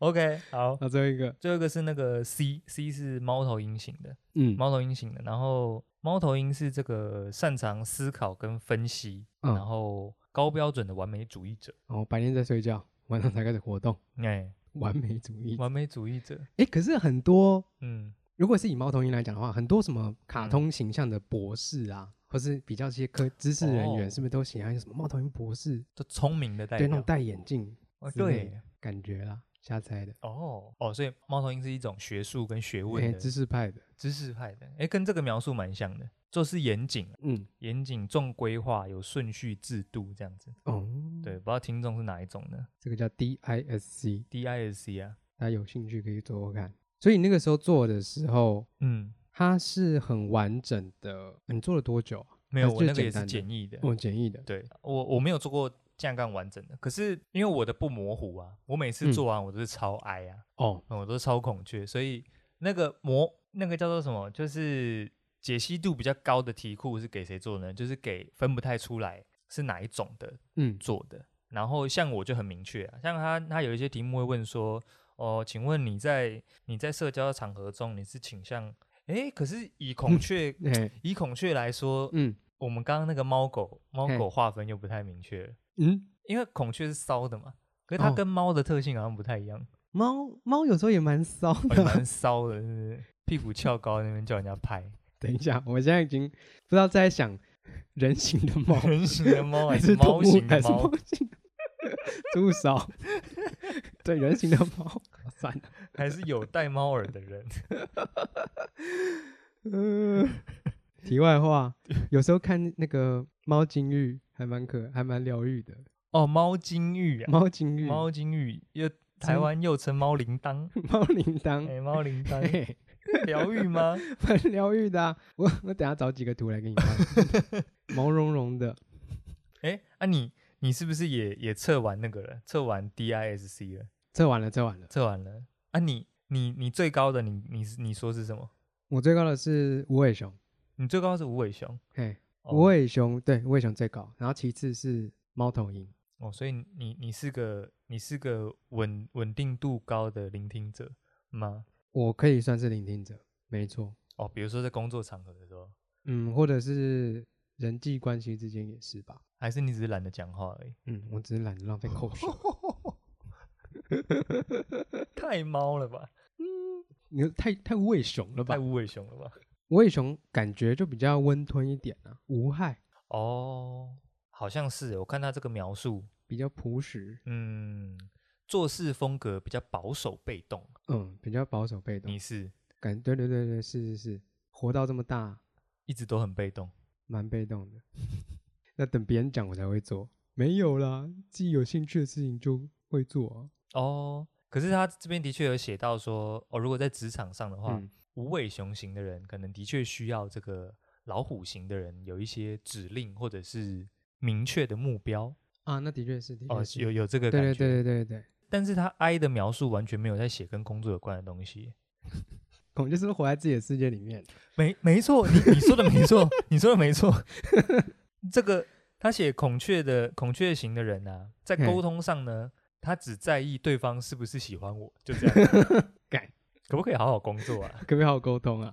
S1: OK，好，
S2: 那最后一个，
S1: 最后一个是那个 C，C 是猫头鹰型的，
S2: 嗯，
S1: 猫头鹰型的，然后猫头鹰是这个擅长思考跟分析，
S2: 嗯
S1: 然后高标准的完美主义者，
S2: 然后白天在睡觉，晚上才开始活动，
S1: 哎，
S2: 完美主义。
S1: 完美主义者，
S2: 哎，可是很多，
S1: 嗯，
S2: 如果是以猫头鹰来讲的话，很多什么卡
S1: 嗯
S2: 通形象的博士啊，或是比较这些科知识人
S1: 哦
S2: 员，是不是都喜欢什么猫头鹰博士？
S1: 就聪明的代
S2: 对，那
S1: 表
S2: 种，戴眼镜
S1: 哦
S2: 之类
S1: 对
S2: 的感觉啦，瞎猜的，
S1: 哦哦，所以猫头鹰是一种学术跟学
S2: 哎
S1: 问的
S2: 知识派的，
S1: 知识派的，哎，跟这个描述蛮像的，做事严谨，
S2: 嗯，
S1: 严谨重规划，有顺序制度这样子，
S2: 哦，
S1: 对，，不知道听众是哪一种呢
S2: 这个叫 DISC，
S1: ？DISC 啊，
S2: 大家有兴趣可以做做看。所以那个时候做的时候，
S1: 嗯，
S2: 它是很完整的。你做了多久啊？
S1: 没有，
S2: 还是
S1: 我那
S2: 就
S1: 个也
S2: 简单
S1: 是
S2: 的哦
S1: 简易的，
S2: 我简易的，
S1: 对我我没有做过架杠完整的，可是因为我的不模糊啊，我每次
S2: 嗯
S1: 做完我都是超哀啊，
S2: 哦，
S1: 嗯我都是超孔雀，所以那个模那个叫做什么，就是解析度比较高的题库是给谁做呢？就是给分不太出来是哪一种的
S2: 嗯，
S1: 做的。然后像我就很明确啊，像他他有一些题目会问说，哦，请问你在你在社交场合中你是倾向，诶，可是以孔雀、
S2: 哎，
S1: 以孔雀来说，
S2: 嗯
S1: 我们刚刚那个猫狗猫
S2: 嘿
S1: 狗划分又不太明确了，
S2: 嗯，
S1: 因为孔雀是骚的嘛，可是它
S2: 哦
S1: 跟猫的特性好像不太一样，
S2: 猫猫有时候也蛮骚
S1: 哦也
S2: 的。
S1: 蛮骚的，是不是屁股翘高那边叫人家 拍，
S2: 等一下，我现在已经不知道在想人形的猫
S1: 人形的猫还
S2: 是
S1: 猫
S2: 动物
S1: 型的
S2: 还是
S1: 猫
S2: 猫？形的。猪少， 对人形的猫，算了，
S1: 还是有戴猫耳的人。
S2: 嗯。题外话，有时候看那个猫金玉还蛮可，还蛮疗愈的。
S1: 哦，猫金玉啊，
S2: 猫金玉，
S1: 猫金玉又台
S2: 真
S1: 湾又称猫铃 铛，
S2: 猫铃铛，
S1: 哎，猫铃
S2: 嘿
S1: 铛
S2: 嘿
S1: 疗愈吗？
S2: 蛮疗愈的、啊。我我等下找几个图来给你看， 毛茸茸的。
S1: 哎，啊你你是不是也也测完那个了？测完 DISC 了？
S2: 测完了，测完了。
S1: 测完了啊你？你你最高的你你是你说是什么？
S2: 我最高的是无尾熊，
S1: 你最高是无尾熊，
S2: 嘿，
S1: 哦
S2: 无尾熊对，无尾熊最高，然后其次是猫头鹰。
S1: 哦，所以你你是个你是个稳稳定度高的聆听者吗？
S2: 我可以算是聆听者，没错。
S1: 哦，比如说在工作场合的时候，
S2: 嗯，或者是人际关系之间也是吧。
S1: 还是你只是懒得讲话而已。
S2: 嗯，我只是懒得浪费口水。
S1: 太猫了吧，
S2: 你太太无尾熊了吧
S1: 太？无尾熊了吧？
S2: 无尾熊感觉就比较温吞一点啊，无害，
S1: 哦，好像是耶，我看他这个描述，
S2: 比较朴实，
S1: 嗯，做事风格比较保守被动，
S2: 嗯，比较保守被动
S1: 你。是
S2: 感对对对对，是是是，活到这么大，
S1: 一直都很被动。
S2: 蛮被动的。 那等别人讲我才会做，没有啦，自己有兴趣的事情就会做啊。
S1: 哦，可是他这边的确有写到说，哦，如果在职场上的话，
S2: 嗯
S1: 无尾熊型的人可能的确需要这个老虎型的人有一些指令或者是明确的目标。
S2: 啊，那的确是，的
S1: 哦
S2: 确，是，
S1: 有有这个
S2: 对
S1: 感觉。
S2: 对对对对对，
S1: 但是他 I 的描述完全没有在写跟工作有关的东西。
S2: 我们就是活在自己的世界里面。
S1: 没没错，你你说的没错，你说的没错。 这个他写孔雀的孔雀型的人啊，在
S2: 嘿
S1: 沟通上呢，他只在意对方是不是喜欢我，就这样。啊
S2: 干，
S1: 可不可以好好工作啊？
S2: 可不可以好好沟通啊？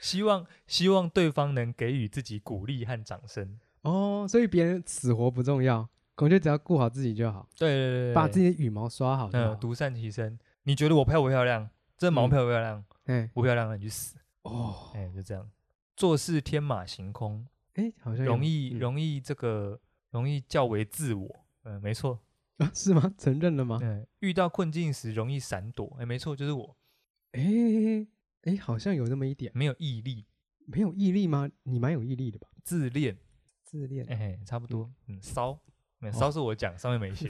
S1: 希望希望对方能给予自己鼓励和掌声。
S2: 哦，所以别人死活不重要，孔雀只要顾好自己就好，
S1: 对对对
S2: 把自
S1: 己
S2: 己的羽毛刷好就
S1: 嗯
S2: 好。
S1: 独善其身。你觉得我漂不漂亮？这毛
S2: 嗯
S1: 漂不漂亮？
S2: 哎、
S1: 不漂亮，那你去死。
S2: 哦，
S1: 哎、就这样。做事天马行空，
S2: 哎、好像有
S1: 容易、
S2: 嗯
S1: 容易这个容易较为自我。嗯，没错。
S2: 啊？是吗？承认了吗？
S1: 嗯，遇到困境时容易闪躲。哎，没错，就是我
S2: 哎哎、诶好像有那么一点，
S1: 没有毅力，
S2: 没有毅力吗？你蛮有毅力的吧？
S1: 自恋。
S2: 自恋，
S1: 哎，差不多。嗯，骚。嗯
S2: 哦
S1: 骚是我讲，上面没 写。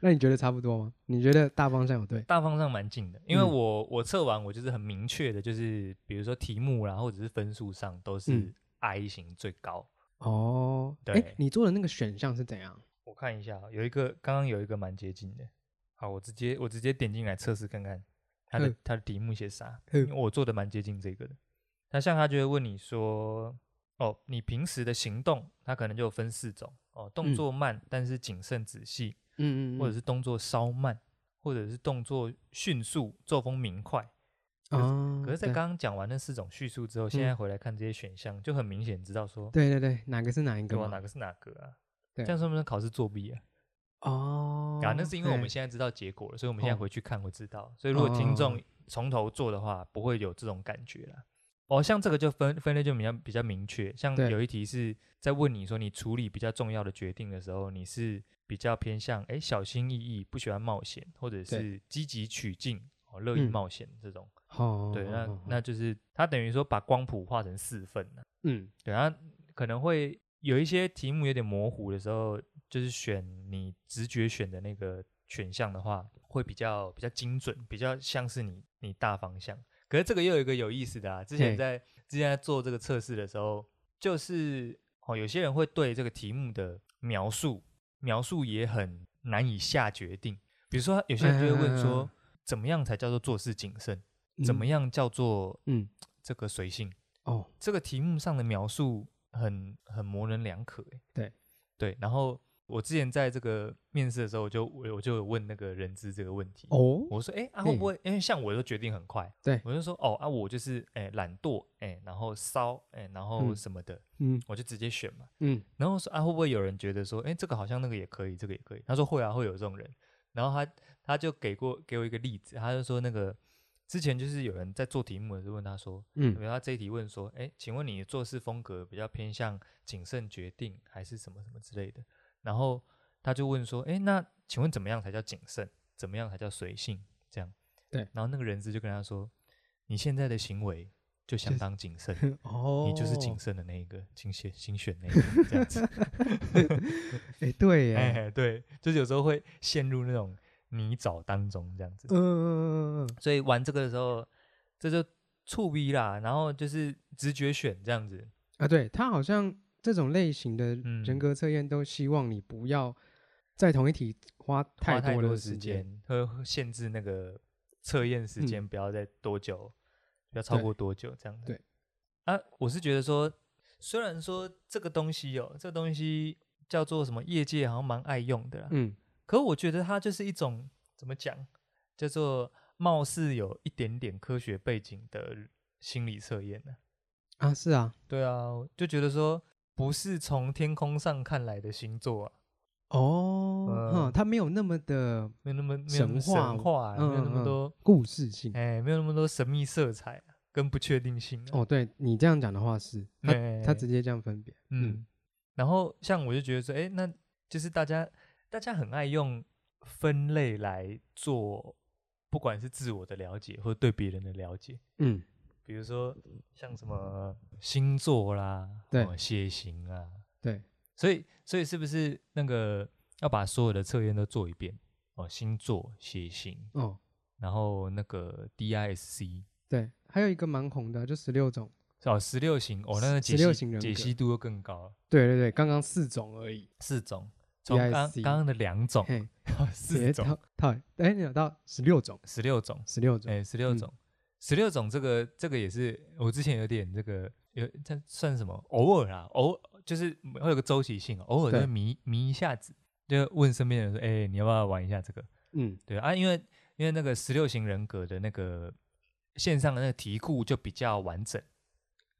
S2: 那你觉得差不多吗？你觉得大方向有对？
S1: 大方向蛮近的，因为
S2: 嗯
S1: 我、我测完我就是很明确的，就是比如说题目啦，或者是分数上都是
S2: 嗯
S1: I 型最高。
S2: 哦，哎、
S1: 对
S2: 你做的那个选项是怎样？
S1: 我看一下，啊有一个刚刚有一个蛮接近的，好，我直接我直接点进来测试看看它的
S2: 嗯
S1: 它的题目写啥，因
S2: 嗯
S1: 为我做的蛮接近这个的。那像他就会问你说，哦，你平时的行动，它可能就有分四种哦，动
S2: 嗯
S1: 作慢但是谨慎仔细，
S2: 嗯
S1: 或者是动作稍慢，或者是动作迅速、作风明快。
S2: 啊，
S1: 可是，在
S2: 对嗯
S1: 刚刚讲完那四种叙述之后，现在回来看这些选项，就很明显知道说，
S2: 对对对，哪个是哪一个
S1: 对啊，
S2: 嘛？
S1: 哪个是哪个啊？这
S2: 对
S1: 样算不算考试作弊啊？
S2: 哦，
S1: 啊，那是因为我们
S2: 对
S1: 现在知道结果了，所以我们现在
S2: 哦
S1: 回去看会知道。所以如果听众从头做的话，不会有这种感觉啦。哦，像这个就分分类就比较比较明确，像
S2: 对
S1: 有一题是在问你说你处理比较重要的决定的时候，你是比较偏向哎小心翼翼，不喜欢冒险，或者
S2: 对
S1: 是积极取进，哦乐意
S2: 嗯
S1: 冒险这种。
S2: 哦，
S1: 对，那
S2: 哦
S1: 那就是它等于说把光谱画成四份了。
S2: 嗯
S1: 对，它可能会有一些题目有点模糊的时候，就是选你直觉选的那个选项的话，会比较比较精准，比较像是你你大方向。可是这个又有一个有意思的啊，之前
S2: 嘿
S1: 在之前在做这个测试的时候，就是哦，有些人会对这个题目的描述描述也很难以下决定。比如说，有些人就会问说，
S2: 嗯嗯嗯
S1: 怎么样才叫做做事谨慎？
S2: 嗯
S1: 怎么样叫做
S2: 嗯
S1: 这个随性？
S2: 哦
S1: 这个题目上的描述很很模棱两可、欸，
S2: 对
S1: 对。然后我之前在这个面试的时候，我就我我就有问那个人资这个问题，
S2: 哦
S1: 我说，哎、啊
S2: 嘿
S1: 会不会？因为像我都决定很快，
S2: 对
S1: 我就说，哦啊，我就是哎、懒惰，哎、然后骚，哎、然后
S2: 嗯
S1: 什么的，
S2: 嗯
S1: 我就直接选嘛。
S2: 嗯
S1: 然后说啊，会不会有人觉得说，哎、这个好像那个也可以，这个也可以？他说会啊，会有这种人。然后他他就给过给我一个例子，他就说那个之前就是有人在做题目的时候问他说，比
S2: 嗯
S1: 如他这一题问说，哎，请问你的做事风格比较偏向谨慎决定，还是什么什么之类的？然后他就问说：“哎，那请问怎么样才叫谨慎？怎么样才叫随性？”这样，
S2: 对
S1: 然后那个人资就跟他说：“你现在的行为就相
S2: 是
S1: 当谨慎，
S2: 哦，
S1: 你就是谨慎的那一个，请选请选那一个这样子。”
S2: 哎， 对
S1: 哎、
S2: 耶，
S1: 对，就是有时候会陷入那种泥沼当中这样子。
S2: 嗯嗯嗯嗯嗯，
S1: 所以玩这个的时候，这就触逼啦，然后就是直觉选这样子。
S2: 啊，对他好像这种类型的人
S1: 嗯
S2: 格测验都希望你不要在同一题花
S1: 花
S2: 多
S1: 多
S2: 的
S1: 的
S2: 时间。嗯
S1: 间，会会限制那个测验时间，不要再多久，不要超
S2: 对
S1: 过多久这样子。
S2: 对，
S1: 啊，我是觉得说，虽然说这个东西哦，这个东西叫做什么，业界好像蛮爱用的啦，
S2: 嗯，
S1: 可我觉得它就是一种怎么讲，叫做貌似有一点点科学背景的心理测验呢、
S2: 啊，是啊，
S1: 对啊，我就觉得说不是从天空上看来的星座啊，
S2: 哦，嗯，
S1: 嗯
S2: 他没有那么的
S1: 没有那么没有那么
S2: 神
S1: 神
S2: 话
S1: 话啊、没有那
S2: 嗯嗯
S1: 么多
S2: 故事性。
S1: 哎、没有那么多神秘色彩啊、跟不确定性、啊。
S2: 哦，对你这样讲的话是，他他
S1: 哎
S2: 直接这样分别。嗯
S1: 嗯，然后像我就觉得说，哎、那就是大家大家很爱用分类来做，不管是自我的了解或对别人的了解。
S2: 嗯，
S1: 比如说像什么星座啦，
S2: 对
S1: 哦血型啊，
S2: 对，
S1: 所以所以是不是那个要把所有的测验都做一遍哦？星座、血型，
S2: 哦，
S1: 然后那个 DISC
S2: 对，还有一个蛮红的，就十六种。
S1: 哦，十六型哦，那个解
S2: 16
S1: 析
S2: 型人
S1: 解
S2: 格
S1: 析度又更高了，
S2: 对对对，刚刚四种而已。
S1: 四种，从刚
S2: DISC
S1: 刚刚的两种，
S2: 嘿，
S1: 哦 四种，
S2: 到到哎，你有到十六种，
S1: 十六种，
S2: 十六种。
S1: 哎，十六
S2: 嗯
S1: 种，十六种，这个这个也是我之前有点这个有这算什么？偶尔啊，偶就是会有个周期性，偶尔就
S2: 对
S1: 会迷迷一下子，就问身边的人说：“哎，你要不要玩一下这个
S2: 嗯，？”
S1: 对啊，因为因为那个十六型人格的那个线上的那个题库就比较完整，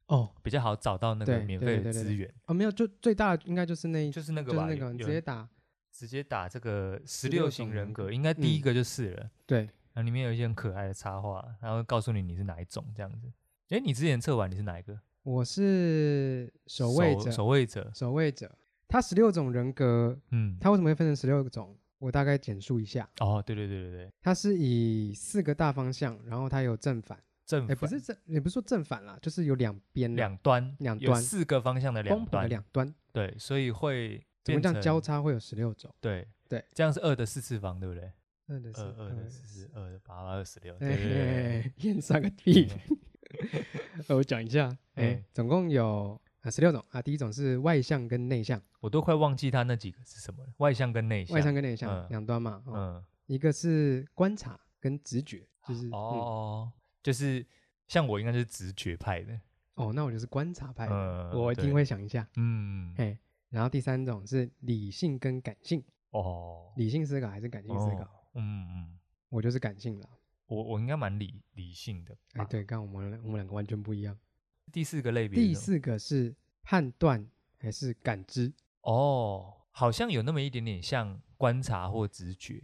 S2: 哦，
S1: 比较好找到那个
S2: 对
S1: 免费
S2: 对对
S1: 的
S2: 对
S1: 资
S2: 对
S1: 源，
S2: 哦，没有，就最大的应该就是那一，
S1: 就是那个
S2: 就是
S1: 吧，
S2: 那
S1: 有
S2: 个，你
S1: 有
S2: 直接
S1: 人
S2: 打
S1: 直接打这个十
S2: 16
S1: 六
S2: 种
S1: 型
S2: 人
S1: 人
S2: 格
S1: 格，应该第一
S2: 嗯
S1: 个就是了。
S2: 对。
S1: 然后里面有一些很可爱的插画，然后告诉你你是哪一种这样子。哎，你之前测完你是哪一个？
S2: 我是守卫者，
S1: 守卫者，
S2: 守卫者，他十六种人格，
S1: 嗯，
S2: 他为什么会分成十六种？我大概简述一下，
S1: 哦，对对对对对，
S2: 它是以四个大方向，然后它有正反，
S1: 正
S2: 哎，
S1: 反
S2: 不是正，也不是说正反啦，就是有两边啦
S1: 两端，
S2: 两
S1: 有
S2: 端
S1: 四个方向的两
S2: 光谱的
S1: 端，
S2: 两端，
S1: 对，所以会
S2: 怎
S1: 变
S2: 么这样
S1: 成
S2: 交叉会有十六种？
S1: 对
S2: 对，
S1: 这样是二的四次方，对不对？
S2: 二的是
S1: 二二的四
S2: 是，
S1: 四二的八八二十六，
S2: 哎
S1: 对对对对，
S2: 哎，验上个屁
S1: 哎！
S2: 呃我讲一下，哎
S1: 哎，
S2: 总共有啊十六种啊，第一种是外向跟内向，
S1: 我都快忘记它那几个是什么了，外向跟内向，
S2: 外向跟内向
S1: 嗯
S2: 两端嘛，哦
S1: 嗯，
S2: 一个是观察跟直觉，就是嗯
S1: 哦，就是像我应该是直觉派的，
S2: 哦，那我就是观察派的，
S1: 嗯
S2: 我一定
S1: 对
S2: 会想一下，
S1: 嗯，
S2: 嘿。然后第三种是理性跟感性，
S1: 哦，
S2: 理性思考还是感性思考？
S1: 哦，嗯嗯，
S2: 我就是感性了。
S1: 我我应该蛮理理性的，
S2: 哎，，对，刚我们我们两个完全不一样。
S1: 第四个类别是
S2: 第
S1: 什么
S2: 四个是判断还是感知？
S1: 哦，好像有那么一点点像观察或直觉。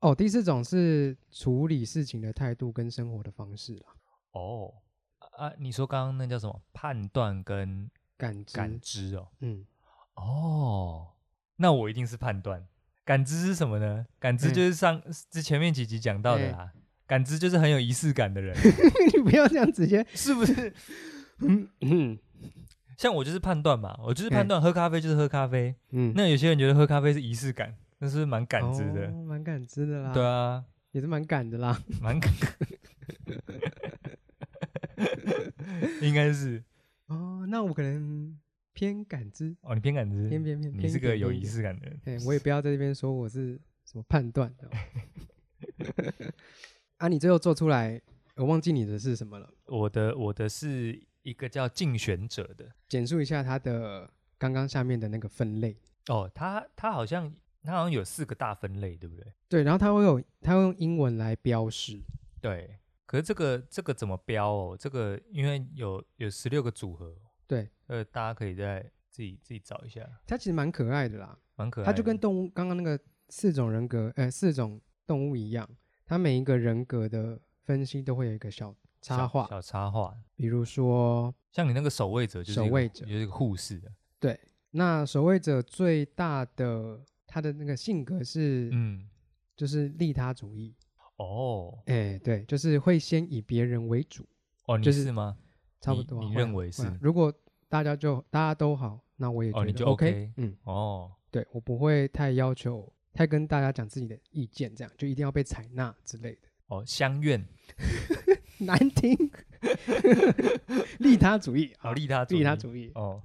S2: 哦，第四种是处理事情的态度跟生活的方式啦，
S1: 哦，啊，你说刚刚那叫什么判断跟
S2: 感知。
S1: 感知哦？
S2: 嗯，
S1: 哦，那我一定是判断。感知是什么呢？感知就是上之前面几集讲到的
S2: 嗯
S1: 啦。感知就是很有仪式感的 人，
S2: 你不要这样直接，
S1: 是不是？
S2: 嗯嗯
S1: 像我就是判断嘛，我就是
S2: 嗯
S1: 判断喝咖啡就是喝咖啡。
S2: 嗯，
S1: 那有些人觉得喝咖啡是仪式感，那是不是蛮感知的。
S2: 哦蛮感知的啦，
S1: 对，啊，
S2: 也是蛮感 的啦。
S1: 蛮 感，应该是
S2: 哦，那我可能偏感知，
S1: 哦，你偏感知，
S2: 偏偏偏，
S1: 你
S2: 偏一
S1: 是
S2: 点
S1: 个有
S2: 偏一
S1: 仪
S2: 点
S1: 式感的人。
S2: 哎、我也不要在这边说我是什么判 断的哦。啊，你最后做出来，我忘记你的是什么了。
S1: 我的我的是一个叫竞选者的
S2: 简述一下它的刚刚下面的那个分类。
S1: 哦，他他好像他好像有四个大分类，对不对？
S2: 对，然后它会有，它会用英文来标识。
S1: 对。可是这个这个怎么标哦？这个因为有有十六个组合，
S2: 对，
S1: 呃，大家可以再自己自己找一下，
S2: 它其实蛮可爱的啦，
S1: 蛮可爱
S2: 它
S1: 的。
S2: 就跟动物刚刚那个四种人格，呃，四种动物一样，它每一个人格的分析都会有一个小插
S1: 小
S2: 画，
S1: 小插画，
S2: 比如说，
S1: 像你那个守卫者就是一个
S2: 守卫者
S1: 就是一个护士的，
S2: 对，那守卫者最大的他的那个性格是，
S1: 嗯，
S2: 就是利他主义。
S1: 哦
S2: 哎、对，就是会先以别人为主，
S1: 哦，你
S2: 就是
S1: 是吗？
S2: 差不
S1: 你
S2: 多啊。
S1: 你
S2: 会啊
S1: 认为
S2: 会啊
S1: 是
S2: 如果大家就大家都好，那我也
S1: 哦
S2: 觉
S1: 你
S2: 得
S1: 就 OK
S2: 嗯，
S1: 哦，
S2: 对我不会太要求，太跟大家讲自己的意见，这样就一定要被采纳之类的。
S1: 哦，相愿，
S2: 难 听，利他主义
S1: 好
S2: 啊，
S1: 哦利他
S2: 利他
S1: 义
S2: 主义。
S1: 哦，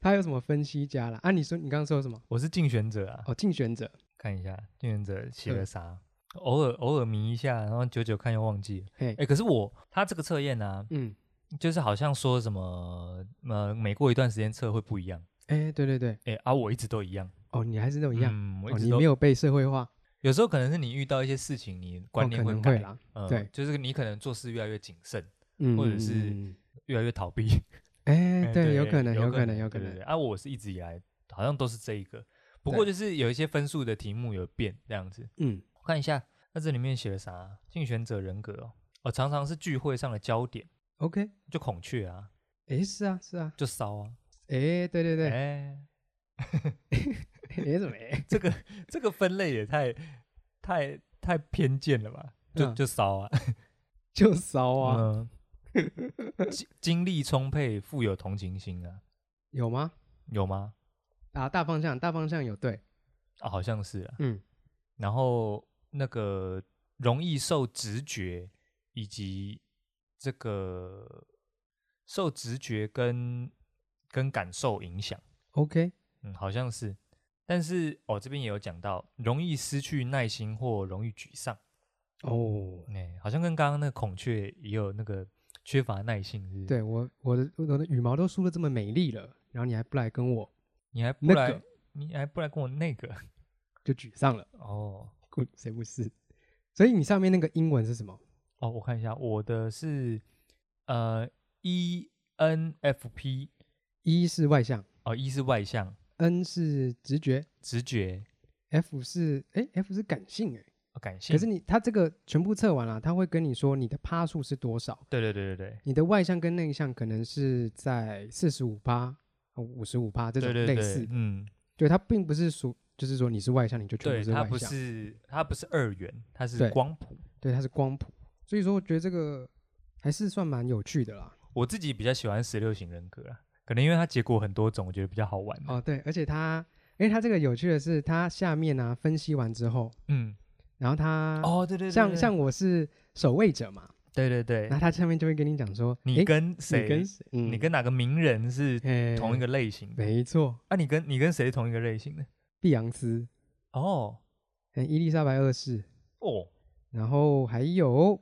S2: 他有什么分析家啦？啊，你说你刚刚说什么？
S1: 我是竞选者啊，
S2: 哦，竞选者，
S1: 看一下竞选者写
S2: 嗯
S1: 了啥，偶尔偶尔迷一下，然后久久看又忘记了。
S2: 嘿，
S1: 哎，可是我他这个测验呢，
S2: 嗯，
S1: 就是好像说什么呃，每过一段时间测会不一样。
S2: 哎，对对对，
S1: 哎，啊，我一直都一样，
S2: 哦，你还是那种一样，
S1: 嗯，我一
S2: 哦，
S1: 直
S2: 你
S1: 都
S2: 没。有被社会化，
S1: 有时候可能是你遇到一些事情，你观
S2: 哦
S1: 念
S2: 可
S1: 会
S2: 能
S1: 改
S2: 会，啦，
S1: 呃
S2: 对
S1: 就是你可能做事越来越谨慎，
S2: 嗯，
S1: 或者是
S2: 嗯，
S1: 越来越逃避。
S2: 嗯嗯哎，
S1: 哎
S2: 对，有可能，
S1: 有
S2: 可能，有可
S1: 对对
S2: 能
S1: 对，啊，我是一直以来好像都是这一个，不过就是有一些分数的题目有变这样子。
S2: 嗯，
S1: 我看一下，那这里面写了啥啊？竞选者人格哦，哦，常常是聚会上的焦点，
S2: OK，
S1: 就孔雀啊，
S2: 哎，是啊，是啊，
S1: 就骚啊，
S2: 哎，对对 对，
S1: 哎，
S2: 哎，怎么哎，
S1: 这个这个分类也太太太偏见了吧？就
S2: 嗯
S1: 就骚啊，
S2: 就骚啊，
S1: 嗯，精精力充沛，富有同情心啊，
S2: 有吗？
S1: 有吗？
S2: 啊，大方向，大方向有对，
S1: 啊，好像是啊。
S2: 嗯，
S1: 然后那个容易受直觉以及这个受直觉跟跟感受影响，
S2: OK，
S1: 嗯，好像是。但是哦，这边也有讲到，容易失去耐心或容易沮丧，
S2: 哦，
S1: 哎、好像跟刚刚那个孔雀也有那个缺乏耐性，是不是？，
S2: 对我我的我的羽毛都梳的这么美丽了，然后你还不来跟我，
S1: 你还不
S2: 那
S1: 来，
S2: 个
S1: 你还不来跟我那个
S2: 就沮丧了，
S1: 哦
S2: 顾谁不是？所以你上面那个英文是什么？
S1: 哦，我看一下，我的是呃 E N F P
S2: 一是外向
S1: 哦，E 是外向，
S2: ，N 是直觉
S1: 直觉、
S2: ，F 是哎，F 是感性哎。
S1: 呃感性。
S2: 可是你他这个全部测完了，他会跟你说你的趴数是多少，
S1: 对对对对
S2: 你的外向跟内向可能是在四十五趴、哦五十五趴这
S1: 对
S2: 种
S1: 对对
S2: 类
S1: 对，
S2: 似，
S1: 嗯，
S2: 对它并不是属，就是说你是外向你就全
S1: 对，
S2: 部是
S1: 它
S2: 外
S1: 不
S2: 向，
S1: 是它不是二元，它
S2: 对
S1: 是光谱。
S2: 对它是光谱，所以说我觉得这个还是算蛮有趣的啦。
S1: 我自己比较喜欢十六型人格啊，可能因为它结果很多种，我觉得比较好玩。
S2: 哦，对，而且它，因为它这个有趣的是，它下面呢、分析完之后，
S1: 嗯，
S2: 然后它、
S1: 哦，对对对，
S2: 啊像
S1: 对
S2: 像我是守卫者嘛，
S1: 对对对
S2: 那，它下面就会跟你讲说，
S1: 你
S2: 诶
S1: 跟谁？
S2: 你跟谁？嗯
S1: 你跟哪个名人是
S2: 诶
S1: 同一个类型的？
S2: 没错，
S1: 啊，你跟你跟谁同一个类型的？
S2: 碧昂斯，
S1: 哦
S2: 嗯，伊丽莎白二世，
S1: 哦，
S2: 然后还有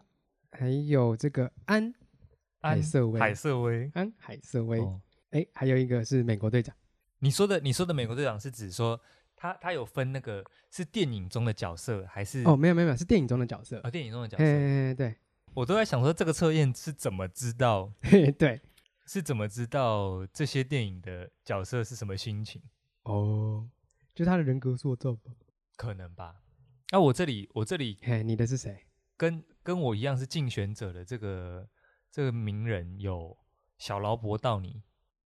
S2: 还有这个安
S1: 安
S2: 海瑟薇，
S1: 海瑟薇。
S2: 安海瑟薇，
S1: 哦
S2: 哎，还有一个是美国队长，
S1: 你说的你说的美国队长是指说他他有分那个是电影中的角色还是
S2: 哦，没有没有没有，是电影中的角色
S1: 啊，，电影中的角色，
S2: 哎，对，
S1: 我都在想说这个测验是怎么知道，
S2: 嘿对，
S1: 是怎么知道这些电影的角色是什么心情？
S2: 哦，就他的人格塑造吧，
S1: 可能吧。那、我这里我这里
S2: 嘿，你的是谁？
S1: 跟跟我一样是竞选者的这个这个名人有小劳勃道尼，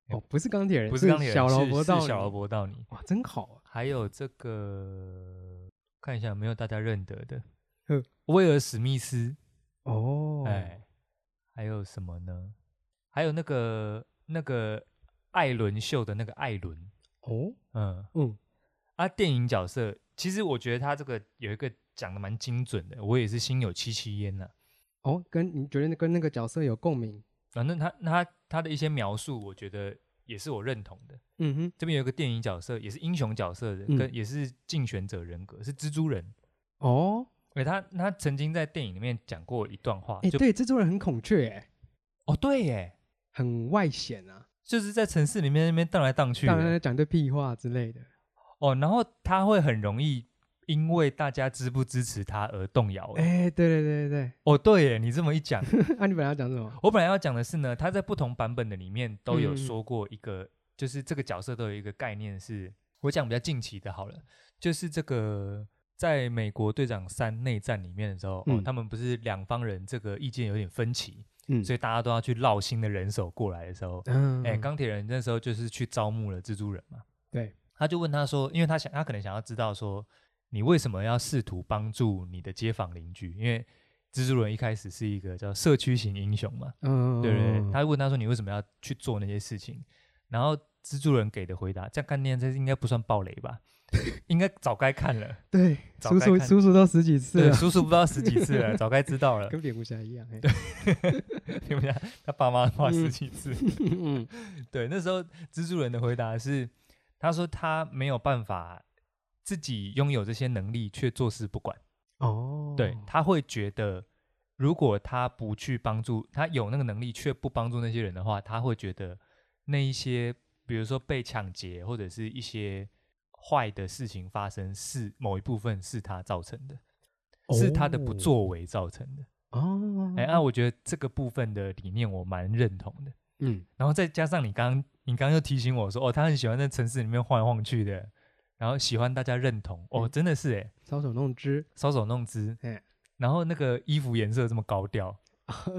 S2: 哦，不是钢铁人，
S1: 不是钢铁人，
S2: 小
S1: 是
S2: 劳勃
S1: 是
S2: 道尼，
S1: 小劳勃道尼，
S2: 哇，真好啊！
S1: 还有这个看一下有没有大家认得的
S2: 嗯，
S1: 威尔史密斯，
S2: 哦，
S1: 哎，还有什么呢？还有那个那个艾伦秀的那个艾伦，
S2: 哦，
S1: 嗯
S2: 嗯，
S1: 啊，电影角色，其实我觉得他这个有一个讲的蛮精准的，我也是心有戚戚焉呐、
S2: 哦，跟你觉得跟那个角色有共鸣？
S1: 反正他他他的一些描述，我觉得也是我认同的。
S2: 嗯哼，
S1: 这边有一个电影角色，也是英雄角色的，
S2: 嗯
S1: 跟也是竞选者人格，是蜘蛛人。
S2: 哦，
S1: 哎，他他曾经在电影里面讲过一段话，
S2: 哎，
S1: 就
S2: 对，蜘蛛人很孔雀，哎，
S1: 哦对耶，
S2: 很外显啊，
S1: 就是在城市里面那边荡来荡去的，
S2: 当然在讲对屁话之类的。
S1: 哦，然后他会很容易因为大家支不支持他而动摇。哎，
S2: 哎，对对对对
S1: 哦，对耶，你这么一讲，
S2: 对，啊，你本来要讲什么？
S1: 我本来要讲的是呢，他在不同版本的里面都有
S2: 嗯
S1: 说过一个，就是这个角色都有一个概念是，我讲比较近期的好了，就是这个。在美国队长三内战里面的时候，哦
S2: 嗯，
S1: 他们不是两方人这个意见有点分歧，
S2: 嗯，
S1: 所以大家都要去绕新的人手过来的时候，
S2: 嗯，
S1: 哎、钢铁人那时候就是去招募了蜘蛛人嘛，
S2: 对，
S1: 他就问他说，因为他想他可能想要知道说，你为什么要试图帮助你的街坊邻居？因为蜘蛛人一开始是一个叫社区型英雄嘛，
S2: 嗯，
S1: 对对对，他问他说你为什么要去做那些事情？然后蜘蛛人给的回答，这样看念这应该不算暴雷吧？ 应该早该看了，
S2: 对，
S1: 早
S2: 叔
S1: 该
S2: 叔
S1: 看
S2: 叔叔都十几次
S1: 对，
S2: 了，
S1: 叔叔不知道十几次 了，早该知道了。
S2: 跟蝙蝠侠一样，哎
S1: 因为他他爸妈花十
S2: 嗯
S1: 几次，
S2: 嗯
S1: 对，那时候蜘蛛人的回答是，他说他没有办法自己拥有这些能力，却坐视不管。
S2: 哦，
S1: 对，他会觉得，如果他不去帮助，他有那个能力却不帮助那些人的话，他会觉得那一些，比如说被抢劫或者是一些坏的事情发生，是某一部分是他造成的，是他的不
S2: 哦
S1: 作为造成的。
S2: 哦，
S1: 哎、啊，我觉得这个部分的理念我蛮认同的。
S2: 嗯，
S1: 然后再加上你刚刚你刚刚又提醒我说，哦，他很喜欢在城市里面晃来晃去的，然后喜欢大家认同，哦，
S2: 嗯
S1: 真的是诶，
S2: 搔首弄姿，
S1: 搔首弄姿
S2: 嘿，
S1: 然后那个衣服颜色这么高调，
S2: 呃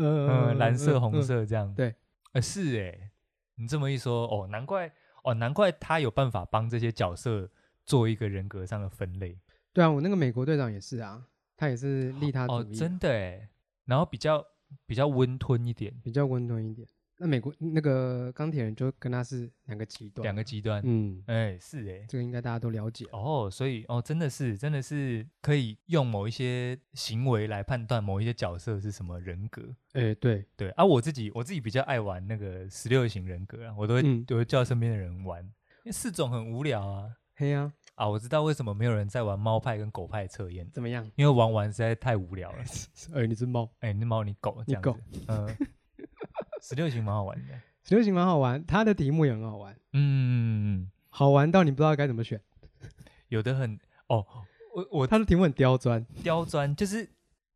S1: 嗯，蓝色、红，色这样，
S2: 对，
S1: 呃，是诶，你这么一说，哦，难怪，哦，难怪他有办法帮这些角色做一个人格上的分类，
S2: 对啊，我那个美国队长也是啊，他也是利他
S1: 哦，
S2: 主义啊，
S1: 真的诶，然后比较比较温吞一点，
S2: 比较温吞一点。那美国那个钢铁人就跟他是两个极端，
S1: 两个，极端，
S2: 嗯，
S1: 哎，是诶，
S2: 这个应该大家都了解。
S1: 哦，所以哦，真的是，真的是可以用某一些行为来判断某一些角色是什么人格。
S2: 哎，对，
S1: 对啊，我自己我自己比较爱玩那个十六型人格啊，我都会、
S2: 嗯
S1: 都会叫身边的人玩，因为四种很无聊啊
S2: 嘿呀，
S1: 啊！我知道为什么没有人在玩猫派跟狗派测验，
S2: 怎么样？
S1: 因为玩完实在太无聊了。
S2: 哎，你是猫，
S1: 哎，你猫你狗这
S2: 你
S1: 样子，嗯， 十六型蛮好玩的，
S2: 十六型蛮好玩，它的题目也很好玩，
S1: 嗯，
S2: 好玩到你不知道该怎么选。
S1: 有的很哦，我我
S2: 它的题目很刁钻，
S1: 刁钻就是。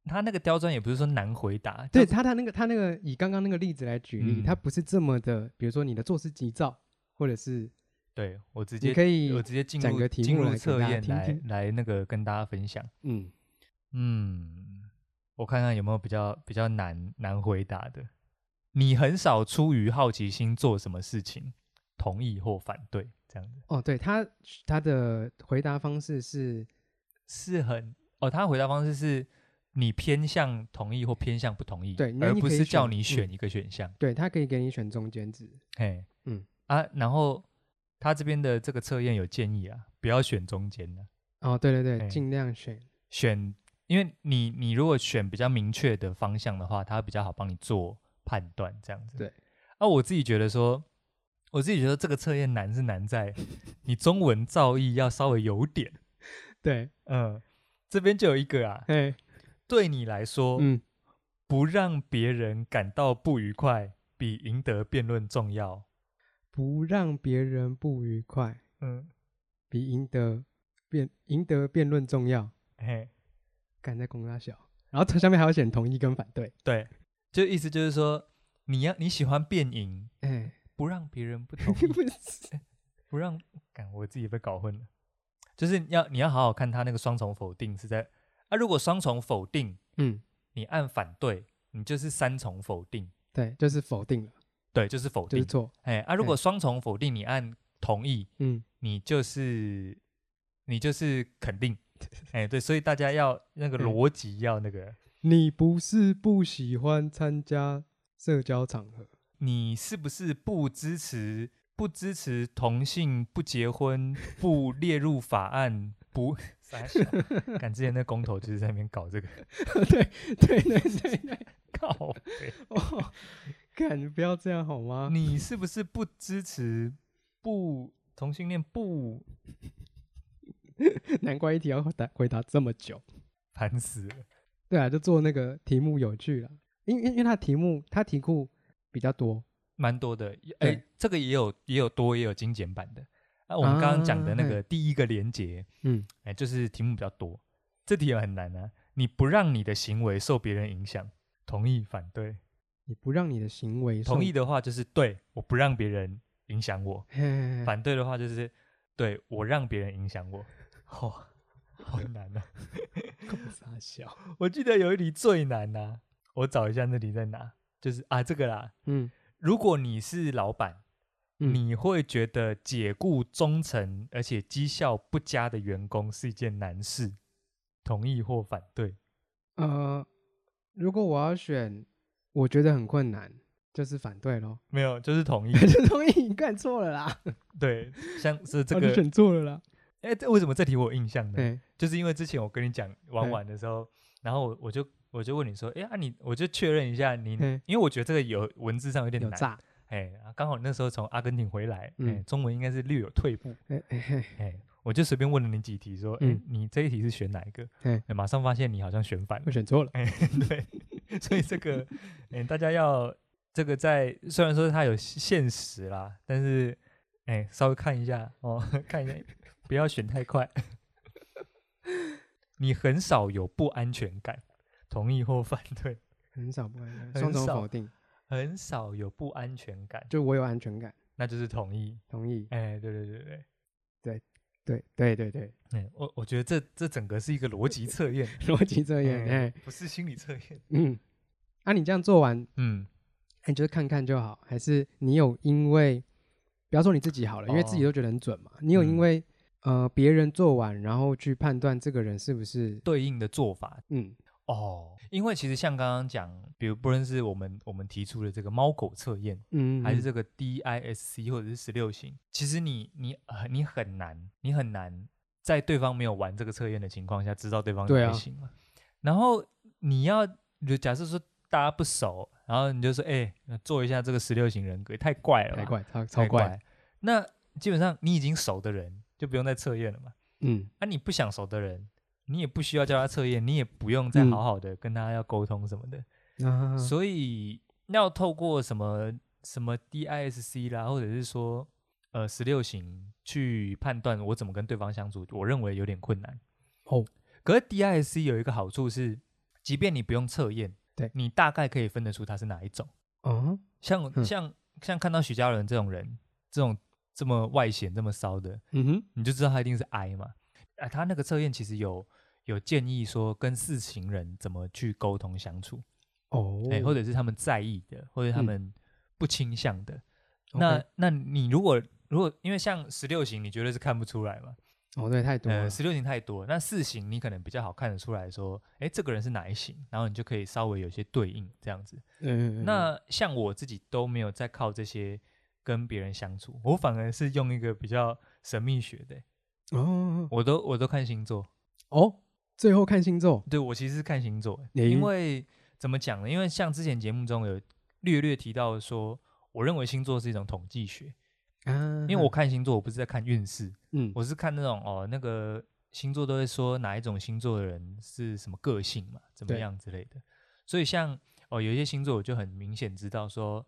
S1: 他那个刁钻也不是说难回答，
S2: 对他他那个他那个以刚刚那个例子来举例，
S1: 嗯
S2: 他不是这么的，比如说你的做事急躁，或者是
S1: 对我直
S2: 你
S1: 接
S2: 可以
S1: 我直接进
S2: 讲
S1: 入
S2: 个题
S1: 进
S2: 目
S1: 入
S2: 来给
S1: 测
S2: 大家
S1: 验
S2: 听
S1: 来
S2: 听
S1: 来那个跟大家分享。
S2: 嗯，
S1: 嗯，我看看有没有比较比较难难回答的。你很少出于好奇心做什么事情，同意或反对这样子，
S2: 哦，对他他的回答方式是
S1: 是很哦。他回答方式是你偏向同意或偏向不同意，
S2: 对那
S1: 而
S2: 你
S1: 不
S2: 可以
S1: 是叫
S2: 选
S1: 你
S2: 嗯
S1: 选一个选项。
S2: 对他可以给你选中间值，
S1: 嘿，
S2: 嗯
S1: 啊，然后他这边的这个测验有建议啊，不要选中间啊的、
S2: 哦，对对
S1: 哎
S2: 对，尽量选，
S1: 选，因为你你如果选比较明确的方向的话，它比较好帮你做判断这样子。
S2: 对，
S1: 啊，我自己觉得说，我自己觉得这个测验难是难在你中文造诣要稍微有点。
S2: 对，
S1: 嗯，这边就有一个啊，
S2: 哎，
S1: 对你来说，
S2: 嗯，
S1: 不让别人感到不愉快比赢得辩论重要。
S2: 不让别人不愉快，
S1: 嗯，
S2: 比赢得辩赢得辩论重要，
S1: 嘿，
S2: 敢在公大小，然后它下面还要选同意跟反对，
S1: 对，就意思就是说，你要你喜欢辩赢，
S2: 哎，
S1: 不让别人不同意
S2: 不是
S1: 不让，感我自己被搞混了。就是要你要好好看他那个双重否定是在啊，如果双重否定，
S2: 嗯，
S1: 你按反对，你就是三重否定，
S2: 对，就是否定了，
S1: 对，就是否
S2: 就
S1: 定。
S2: 是嗯错，
S1: 哎啊，如果双重否定，你按同意，
S2: 嗯，
S1: 你就是你就是肯 定。哎，对，所以大家要那个
S2: 嗯
S1: 逻辑要那个，
S2: 你不是不喜欢参加社交场合。
S1: 你是不是不支持不支持同性不结婚不列入法案不？傻笑，赶之前那公投就是在那边搞这个，
S2: 对对对对对，
S1: 靠北！
S2: 哦，干，你不要这样好吗？
S1: 你是不是不支持不同性恋不？
S2: 难怪一题要回答回答这么久。
S1: 烦死了！
S2: 对啊，就做那个题目有趣了，因因因为它题目它题库比较多，
S1: 蛮多的，哎、
S2: 对
S1: 这个也有也有多也有精简版的。啊，我们刚刚讲的那
S2: 啊
S1: 个第一个连结，
S2: 嗯，
S1: 哎、就是题目比较多，这题也很难啊。你不让你的行为受别人影响，同意反对？
S2: 你不让你的行为
S1: 同意
S2: 的，
S1: 的话就是对我不让别人影响我，
S2: 嘿嘿嘿
S1: 反对的话就是对我让别人影响我。哦，好难啊！
S2: 嘿傻笑，
S1: 啊我记得有一题最难呐、我找一下那题在哪。就是啊这个啦。
S2: 嗯
S1: 如果你是老板，
S2: 嗯
S1: 你会觉得解雇忠诚而且绩效不佳的员工是一件难事，同意或反对？
S2: 呃，如果我要选，我觉得很困难，就是反对咯。。
S1: 没有，就是同意
S2: 这东西你干错了啦，
S1: 对，像是这
S2: 我哦就嗯
S1: 个，
S2: 选错了啦。哎
S1: 哎，这为什么这题我有印象呢？
S2: 对，
S1: 就是因为之前我跟你讲玩
S2: 嗯
S1: 玩的时候，然后我我就我就问你说，哎啊你，我就确认一下你
S2: 嗯，
S1: 因为我觉得这个有文字上有点
S2: 有
S1: 难，
S2: 诈。
S1: 哎，啊刚好那时候从阿根廷回来，哎，
S2: 嗯
S1: 中文应该是略有退步，
S2: 哎哎嘿，
S1: 哎，我就随便问了你几题，说，哎
S2: 嗯，
S1: 你这一题是选哪一个？
S2: 嗯
S1: 哎，马上发现你好像选反了
S2: 我，选错了。
S1: 哎，对， 所以这个，哎，大家要这个在虽然说它有限时啦，但是哎，稍微看一下哦， 看一下，不要选太快。你很少有不安全感，同意或反对？
S2: 很少不安全，
S1: 很
S2: 双重
S1: 少
S2: 否定，
S1: 很少有不安全感，
S2: 就我有安全感，
S1: 那就是同意。
S2: 同意。
S1: 哎，对对对对，
S2: 对对对对，
S1: 哎，我我觉得这这整个是一个逻辑测验，
S2: 逻辑这样。
S1: 哎
S2: 哎，
S1: 不是心理测验。
S2: 嗯，啊，你这样做完，
S1: 嗯，
S2: 哎你就是看看就好，还是你有因为，不要说你自己好了，因为自己
S1: 哦
S2: 都觉得很准嘛，你有
S1: 嗯
S2: 因为呃别人做完，然后去判断这个人是不是
S1: 对应的做法
S2: 嗯
S1: 哦，因为其实像刚刚讲，比如不论是我们我们提出的这个猫狗测验，
S2: 嗯，
S1: 还是
S2: 嗯
S1: 这个 DISC 或者是十六型，其实你你呃你很难，你很难在对方没有玩这个测验的情况下，知道对方
S2: 对
S1: 哪
S2: 啊
S1: 个型嘛。然后你要就假设说大家不熟，然后你就说哎、那做一下这个十六型人啊格，太怪了吧，
S2: 太怪，超
S1: 太
S2: 超怪，。
S1: 那基本上你已经熟的人就不用再测验了嘛。
S2: 嗯
S1: 啊，你不想熟的人，你也不需要叫他测验，你也不用再
S2: 嗯
S1: 好好的跟他要沟通什么的。
S2: 啊，
S1: 所以要透过什么什么 DISC 啦，或者是说呃十六型去判断我怎么跟对方相处，我认为有点困难。
S2: 哦，
S1: 可是 DISC 有一个好处是，即便你不用测验，
S2: 对
S1: 你大概可以分得出他是哪一种。
S2: 哦，
S1: 像、
S2: 嗯
S1: 像像看到许家人这种人，这种这么外显、这么骚的，
S2: 嗯哼，
S1: 你就知道他一定是 I 嘛。啊，他那个测验其实有有建议说跟四型人怎么去沟通相处，
S2: 哦
S1: 哎、，或者是他们在意的，或者他
S2: 嗯
S1: 们不倾向的。那
S2: OK
S1: 那你如果如果因为像十六型，你绝对是看不出来嘛。
S2: 哦对，太多了
S1: 呃，，十六型太多，那四型你可能比较好看得出来说，哎，这个人是哪一型，然后你就可以稍微有一些对应这样子。
S2: 嗯，嗯嗯
S1: 那像我自己都没有在靠这些跟别人相处，我反而是用一个比较神秘学的、欸
S2: 哦
S1: 我都我都看星座。
S2: 哦，最后看星座，
S1: 对我其实是看星座欸，
S2: 诶
S1: 因为怎么讲呢？因为像之前节目中有略略提到说，我认为星座是一种统计学，
S2: 啊，
S1: 因为我看星座，我不是在看运势，
S2: 嗯
S1: 我是看那种哦，那个星座都会说哪一种星座的人是什么个性嘛，怎么
S2: 对
S1: 样之类的。所以像哦，有一些星座我就很明显知道说，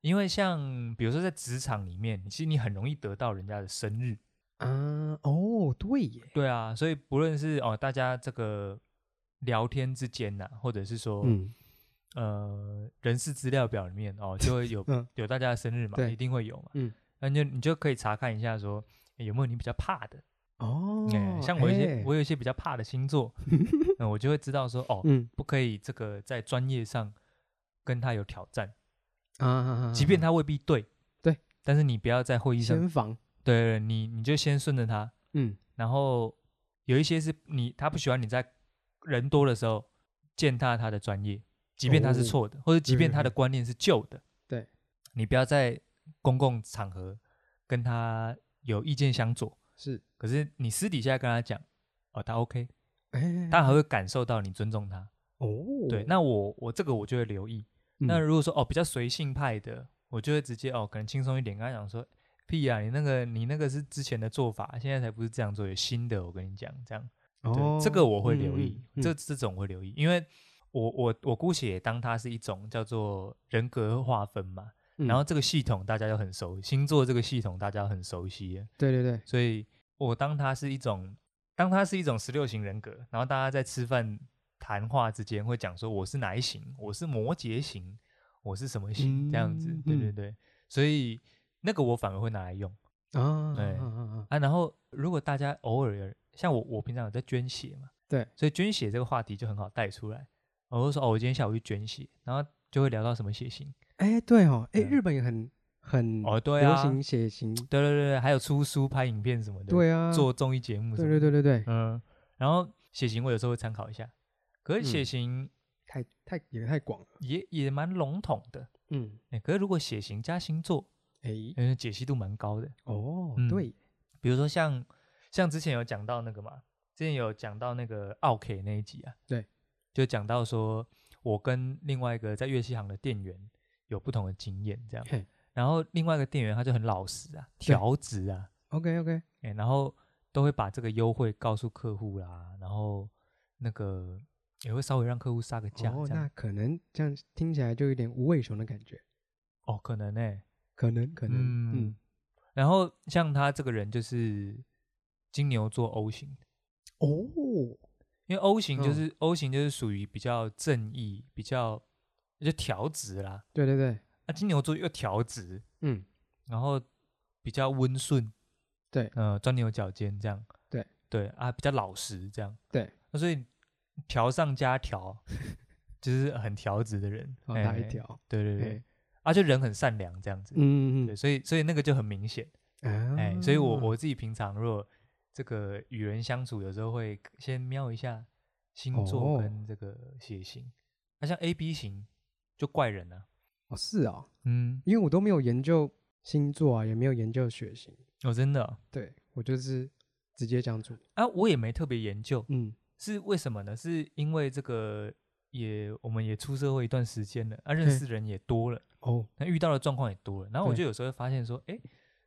S1: 因为像比如说在职场里面，其实你很容易得到人家的生日，
S2: 啊，哦对耶，
S1: 对啊，所以不论是哦大家这个聊天之间呐、或者是说
S2: 嗯
S1: 呃人事资料表里面哦，就会有
S2: 嗯
S1: 有大家的生日嘛，
S2: 对
S1: 一定会有嘛。
S2: 嗯，
S1: 那你就你就可以查看一下说。诶有没有你比较怕的？
S2: 哦
S1: 哎，像我一些，
S2: 哎
S1: 我有一些比较怕的星 座，嗯，我就会知道说，哦，
S2: 嗯
S1: 不可以这个在专业上跟他有挑战，
S2: 啊啊，啊
S1: 即便
S2: 啊
S1: 他未必对，
S2: 对，
S1: 但是你不要在会议上，
S2: 先防，
S1: 对对，对你你就先顺着他，
S2: 嗯
S1: 然后有一些是你他不喜欢你在人多的时候践踏他的专业，即便他是
S2: 哦
S1: 错的，或者即便他的
S2: 嗯嗯
S1: 观念是旧的，
S2: 对，
S1: 你不要在公共场合跟他有意见相左，
S2: 是，
S1: 可是你私底下跟他讲，哦，他 OK，
S2: 哎
S1: 他还会感受到你尊重他。
S2: 哦
S1: 对，那我我这个我就会留意。那
S2: 嗯
S1: 如果说哦比较随性派的，我就会直接哦可能轻松一点跟他讲说。屁啊！你那个你那个是之前的做法，现在才不是这样做，有新的。我跟你讲，这样对，这个我会留意，
S2: 哦嗯嗯嗯
S1: 这这种我会留意，因为我我我姑且当它是一种叫做人格划分嘛，
S2: 嗯
S1: 然后这个系统大家都很熟，星座这个系统大家很熟悉了，
S2: 对对对，
S1: 所以我当它是一种，当它是一种十六型人格，然后大家在吃饭谈话之间会讲说我是哪一型，我是摩羯型，我是什么型、这样子
S2: 嗯，
S1: 对对
S2: 嗯
S1: 对，所以那个我反而会拿来用
S2: 啊，
S1: 对
S2: 啊啊啊
S1: 啊，然后如果大家偶尔有像我，我平常有在捐血嘛。
S2: 对，
S1: 所以捐血这个话题就很好带出来。我就说哦，我今天下午去捐血，然后就会聊到什么血型。
S2: 哎，对哦，哎，
S1: 嗯
S2: 日本也很很
S1: 哦，对
S2: 嗯流
S1: 啊，
S2: 行血型，
S1: 对对对，还有出书、拍影片什么的，
S2: 对啊，
S1: 做综艺节目什么
S2: 对对
S1: 的，
S2: 对对对，
S1: 嗯，然后血型我有时候会参考一下，可是血
S2: 嗯
S1: 型
S2: 太太也太广了，
S1: 也、也蛮笼统的，
S2: 嗯，
S1: 哎，可是如果血型加星座，
S2: 哎，
S1: 嗯，解析度蛮高的。
S2: 哦
S1: 嗯，
S2: 对，
S1: 比如说像像之前有讲到那个嘛，之前有讲到那个奥 K 那一集啊，
S2: 对，
S1: 就讲到说我跟另外一个在乐器行的店员有不同的经验这样
S2: 嘿，
S1: 然后另外一个店员他就很老实啊，调职啊，
S2: ，OK OK，
S1: 哎、然后都会把这个优惠告诉客户啦，然后那个也会稍微让客户杀个价
S2: 哦，
S1: 这样
S2: 那，可能这样听起来就有点无尾熊的感觉，
S1: 哦，可能呢、
S2: 可能可能，
S1: 嗯
S2: 嗯，
S1: 然后像他这个人就是金牛座 O 型，
S2: 哦，
S1: 因为 O 型就
S2: 嗯
S1: 是、O 型就是属于比较正义、比较就调直啦。
S2: 对对对，
S1: 啊，金牛座又调直，
S2: 嗯，
S1: 然后比较温顺，
S2: 对
S1: 呃，钻牛角尖这样。
S2: 对
S1: 对啊，比较老实这样。
S2: 对，
S1: 那所以调上加调，就是很调直的人。
S2: 好
S1: 哎
S2: 大哦一。条，
S1: 对对对，
S2: 哎
S1: 啊，就人很善良这样子。
S2: 嗯
S1: 对，
S2: 嗯
S1: 所以所以那个就很明显。
S2: 嗯，
S1: 哎、所以我
S2: 啊
S1: 我自己平常如果这个与人相处，有时候会先瞄一下星座
S2: 哦
S1: 跟这个血型。那、像 A B 型就怪人啊，
S2: 哦是哦，
S1: 嗯，
S2: 因为我都没有研究星座啊，也没有研究血型，
S1: 哦，真的哦
S2: 对我就是直接讲主，
S1: 啊，我也没特别研究，
S2: 嗯，
S1: 是为什么呢？是因为这个也我们也出社会一段时间了，啊，认
S2: 嘿
S1: 识人也多了，
S2: 哦，
S1: 那遇到的状况也多了，然后我
S2: 对
S1: 就有时候会发现说，哎、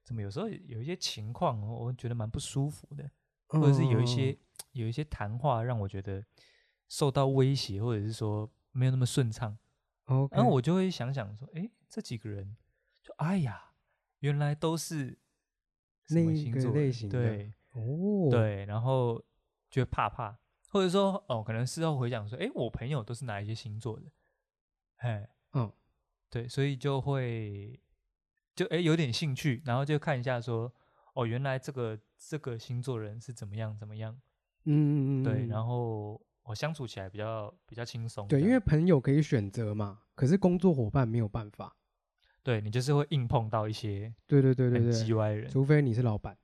S1: 怎么有时候有一些情况哦，我觉得蛮不舒服的，
S2: 或
S1: 或者是有一些、有一些谈话让我觉得受到威胁，或者是说没有那么顺畅，
S2: o
S1: 然后我就会想想说，诶，这几个人就哎呀，原来都是什么
S2: 那
S1: 星
S2: 个
S1: 座
S2: 类
S1: 人
S2: 型的
S1: 对
S2: 哦，，
S1: 对，然后就会怕怕，或者说哦，可能事后回想说，诶，我朋友都是哪一些星座的，哎，
S2: 嗯，
S1: 对，所以就会就诶有点兴趣，然后就看一下说，哦，原来这个这个星座人是怎么样怎么样。
S2: 嗯嗯嗯，
S1: 对，
S2: 后
S1: 然后我相处起来比较比较轻松这
S2: 对，
S1: 样。
S2: 因为朋友可以选择嘛，可是工作伙伴没有办法，
S1: 对你就是会硬碰到一些
S2: 对对对对
S1: 很
S2: 对，
S1: 叽歪的人，
S2: 除非你是老板，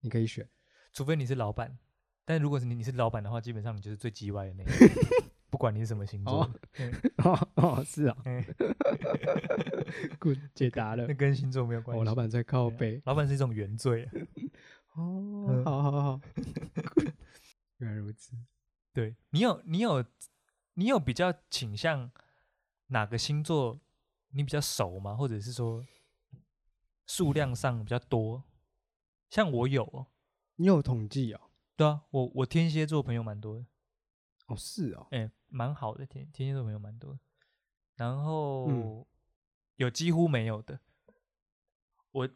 S2: 你可以选。
S1: 除非你是老板。但如果是你你是老板的话，基本上你就是最叽歪的那一 个，不管你是什么星座
S2: 哦
S1: 的，嗯
S2: 哦哦，是啊
S1: 嗯
S2: ，good 解答了
S1: 那。跟星座没有关系。
S2: 哦我老板在靠
S1: 对啊
S2: 背。
S1: 老板是一种原罪啊。
S2: 哦
S1: 嗯，
S2: 好好好。原来如此。
S1: 对你有你有你有比较倾向哪个星座？你比较熟吗？或者是说数量上比较多？像我有哦，
S2: 你有统计哦？
S1: 对啊，我我天蝎座朋友蛮多的。
S2: 哦，是哦。
S1: 哎、蛮好的，天天蝎座朋友蛮多的。然后、
S2: 嗯
S1: 有几乎没有的，我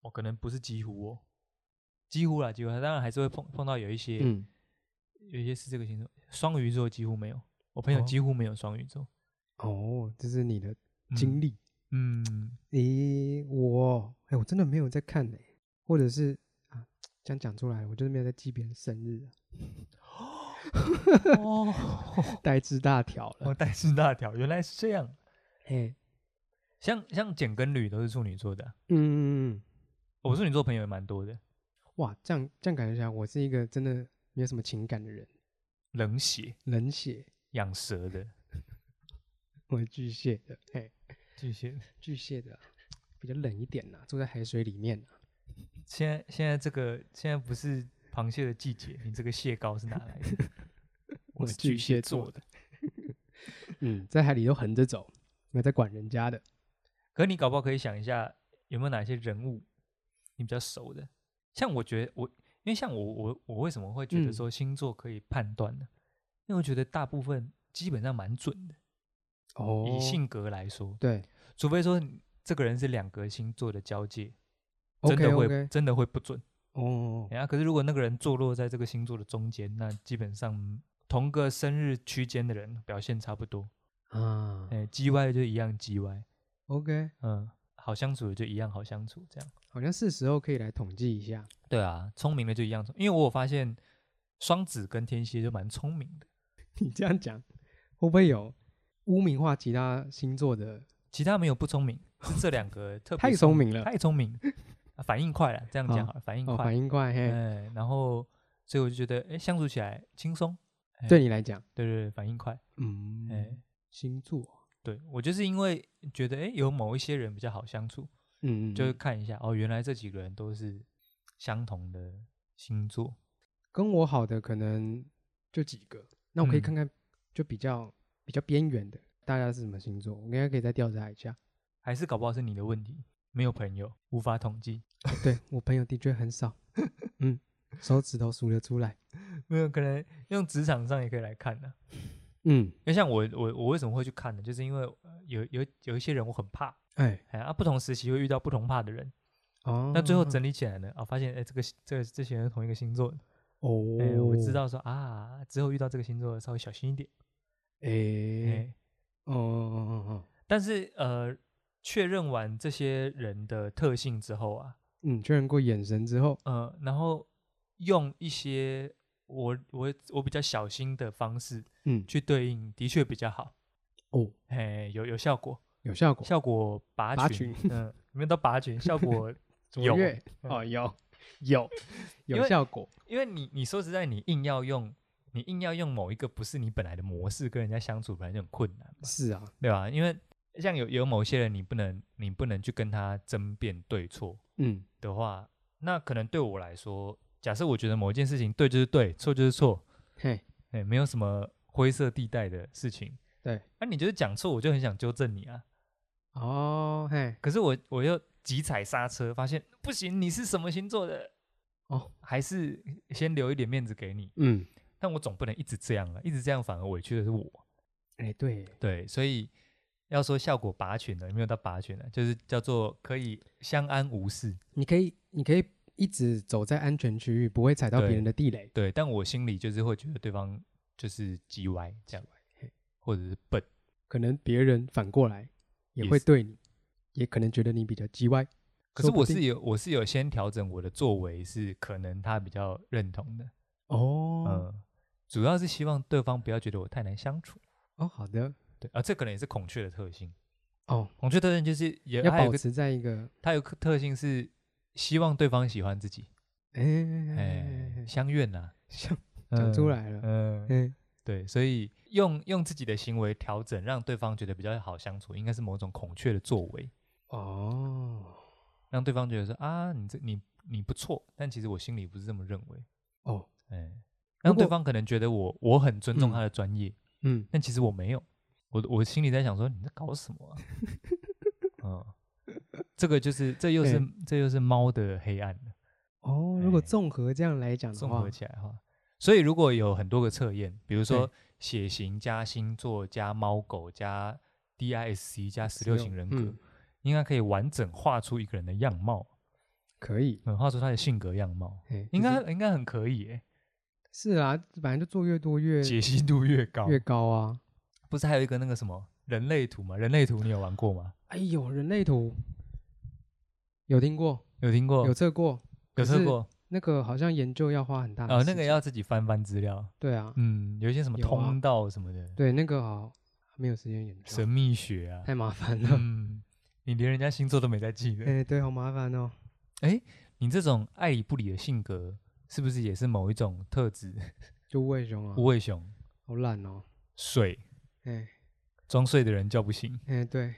S1: 我可能不是几乎哦，几乎啦，几乎当然还是会碰碰到有一些、
S2: 嗯，
S1: 有一些是这个星座，双鱼座几乎没有，我朋友
S2: 哦
S1: 几乎没有双鱼座。
S2: 哦，这是你的经历。
S1: 嗯 嗯，
S2: 咦，我哎，我真的没有在看呢，或者是啊，这样讲出来，我就是没有在记别人生日啊，
S1: 哦，
S2: 呆滞大条
S1: 我
S2: 了。
S1: 带是大条，原来是这样。
S2: 哎，
S1: 像像简跟吕都是处女座的啊、
S2: 嗯嗯嗯。
S1: 我处女座朋友也蛮多的，
S2: 哇，这样这样感觉起来，我是一个真的没有什么情感的人，
S1: 冷血
S2: 冷血，
S1: 养蛇的
S2: 我是巨蟹的，嘿，
S1: 巨蟹。
S2: 巨蟹的比较冷一点呐、住在海水里面、啊、
S1: 现在现在这个现在不是螃蟹的季节，你这个蟹膏是哪来的？
S2: 我
S1: 是
S2: 是巨蟹座
S1: 座的，
S2: 嗯，在海里都横着走，没有在管人家的。
S1: 可你搞不好可以想一下，有没有哪些人物你比较熟的？像我觉得我，因为像我我我为什么会觉得
S2: 嗯
S1: 说星座可以判断呢？因为我觉得大部分基本上蛮准的，
S2: 哦
S1: 以性格来说，
S2: 对
S1: 除非说你这个人是两个星座的交界，真
S2: ，OK
S1: 的会
S2: OK，
S1: 真的会不准。
S2: 哦，
S1: 然后、可是如果那个人坐落在这个星座的中间，那基本上同个生日区间的人表现差不多。
S2: 啊
S1: 哎、叽歪的就一样叽歪，
S2: ，OK，
S1: 嗯，好相处的就一样好相处，这样。
S2: 好像是时候可以来统计一下。
S1: 对啊，聪明的就一样聪，因为我有发现双子跟天蝎就蛮聪明的。
S2: 你这样讲，会不会有污名化其他星座的，
S1: 其他没有不聪明，是这两个特别
S2: 太聪明了
S1: 太聪明，啊反应快了，这样讲
S2: 哦
S1: 好了，反应
S2: 哦，
S1: 快
S2: 反，应快，嘿，
S1: 哎，然后所以我就觉得，哎，相处起来轻松，哎
S2: 对你来讲，
S1: 对对对，反应快，
S2: 嗯，
S1: 哎，
S2: 星座，
S1: 对我就是因为觉得，哎，有某一些人比较好相处，
S2: 嗯，
S1: 就
S2: 就是
S1: 看一下，哦，原来这几个人都是相同的星座，
S2: 跟我好的可能就几个，那我可以
S1: 嗯
S2: 看看就比较比较边缘的，大家是什么星座，我应该可以再调查一下。
S1: 还是搞不好是你的问题，没有朋友，无法统计，
S2: 对我朋友的确很少， 嗯，手指头数得出来，
S1: 没有可能用职场上也可以来看的、啊
S2: 嗯，
S1: 因为像我我我为什么会去看呢？就是因为呃有有有一些人我很怕，
S2: 哎，
S1: 哎啊，不同时期会遇到不同怕的人，
S2: 哦，
S1: 那最后整理起来呢，啊，发现哎这个这个这些人是同一个星座的，
S2: 哦，
S1: 哎，我知，道说啊，之后遇到这个星座稍微小心一点，
S2: 哎，
S1: 哎，
S2: 哦哦哦哦，
S1: 但是呃，确认完这些人的特性之后啊，
S2: 嗯，确认过眼神之后，
S1: 呃，然后用一些我我我比较小心的方式
S2: 嗯，
S1: 去对应，的确比较好，
S2: 哦，
S1: 哎，有有效果，
S2: 有效果，
S1: 效果拔
S2: 拔
S1: 群，嗯，没有到拔群，效 果
S2: 卓
S1: 有嗯
S2: 越，哦，有， 有，
S1: 因
S2: 有
S1: 为
S2: 效果，
S1: 因为你你说实在，你硬要用你硬要用某一个不是你本来的模式跟人家相处，本来就很困难嘛，
S2: 是啊，
S1: 对吧？因为像有有某些人，你不能你不能去跟他争辩对错
S2: 嗯，
S1: 的话，那可能对我来说，假设我觉得某一件事情对就是对，错就是错，
S2: 嘿，
S1: 哎，没有什么灰色地带的事情。
S2: 对，
S1: 那、你就是讲错，我就很想纠正你啊。
S2: 哦，嘿，
S1: 可是我我又急踩刹车，发现不行，你是什么星座的？
S2: 哦，
S1: 还是先留一点面子给你。
S2: 嗯，
S1: 但我总不能一直这样啊，一直这样反而委屈的是我。
S2: 哎，对，
S1: 对，所以要说效果拔群呢，没有到拔群呢，就是叫做可以相安无事。
S2: 你可以，你可以一直走在安全区域，不会踩到别
S1: 对
S2: 人的地雷，
S1: 对，但我心里就是会觉得对方就是叽歪这样，或者是笨，
S2: 可能别人反过来也
S1: 也
S2: 会
S1: 是
S2: 对你，也可能觉得你比较叽歪。
S1: 可是
S2: 说不
S1: 我是
S2: 定
S1: 有我是有先调整我的作为，是可能他比较认同的。
S2: 哦，
S1: 嗯，主要是希望对方不要觉得我太难相处。
S2: 哦，好的，
S1: 对啊，这可能也是孔雀的特性。
S2: 哦，
S1: 孔雀特性就是也
S2: 要
S1: 它有
S2: 保
S1: 个
S2: 持在一个，
S1: 它有个特性是希望对方喜欢自己，
S2: 哎，
S1: 哎，相愿 呐、
S2: 像讲出
S1: 嗯，
S2: 来了，
S1: 嗯，
S2: 嗯，
S1: 对，所以用用自己的行为调整，让对方觉得比较好相处，应该是某种孔雀的作为，
S2: 哦，
S1: 让对方觉得说啊，你这你你不错，但其实我心里不是这么认为，
S2: 哦，
S1: 哎，
S2: 如
S1: 让对
S2: 果
S1: 方可能觉得我我很尊重
S2: 嗯
S1: 他的专业，
S2: 嗯，
S1: 但其实我没有，我我心里在想说你在搞什 么、啊？嗯，这个就是这又是、
S2: 哎
S1: 这又是猫的黑暗了，
S2: 哦，如果
S1: 哎
S2: 综合这样来讲的
S1: 综
S2: 话
S1: 合，起来哈。所以如果有很多个测验，比如说
S2: 对
S1: 血型加星座加猫狗加 DISC 加十六
S2: 16
S1: 型人格，
S2: 嗯
S1: 应该可以完整画出一个人的样貌，
S2: 可以，
S1: 嗯，画出他的性格样貌，
S2: 哎，
S1: 应
S2: 就
S1: 该
S2: 是
S1: 应该很可以耶，
S2: 是啊，反正就做越多越
S1: 解析度越高。
S2: 越高啊。
S1: 不是还有一个那个什么人类图吗？人类图你有玩过吗？
S2: 哎呦，人类图有听过，
S1: 有听过？
S2: 有测过，
S1: 有
S2: 可
S1: 测
S2: 是
S1: 过？
S2: 那个好像研究要花很大的
S1: 呃，
S2: 时
S1: 那个
S2: 间
S1: 要自己翻翻资料。
S2: 对啊，
S1: 嗯，有一些什么
S2: 有啊
S1: 通道什么的，
S2: 对那个好没有时间研究
S1: 神，秘学啊。
S2: 太麻烦了。
S1: 嗯，你连人家星座都没在记的，
S2: 哎、对，好麻烦哦。
S1: 你这种爱理不理的性格，是不是也是某一种特
S2: 啊
S1: 质？
S2: 就无尾熊啊
S1: 无，尾熊
S2: 好懒哦。
S1: 睡，
S2: 哎、
S1: 装睡的人叫不醒，
S2: 哎、对，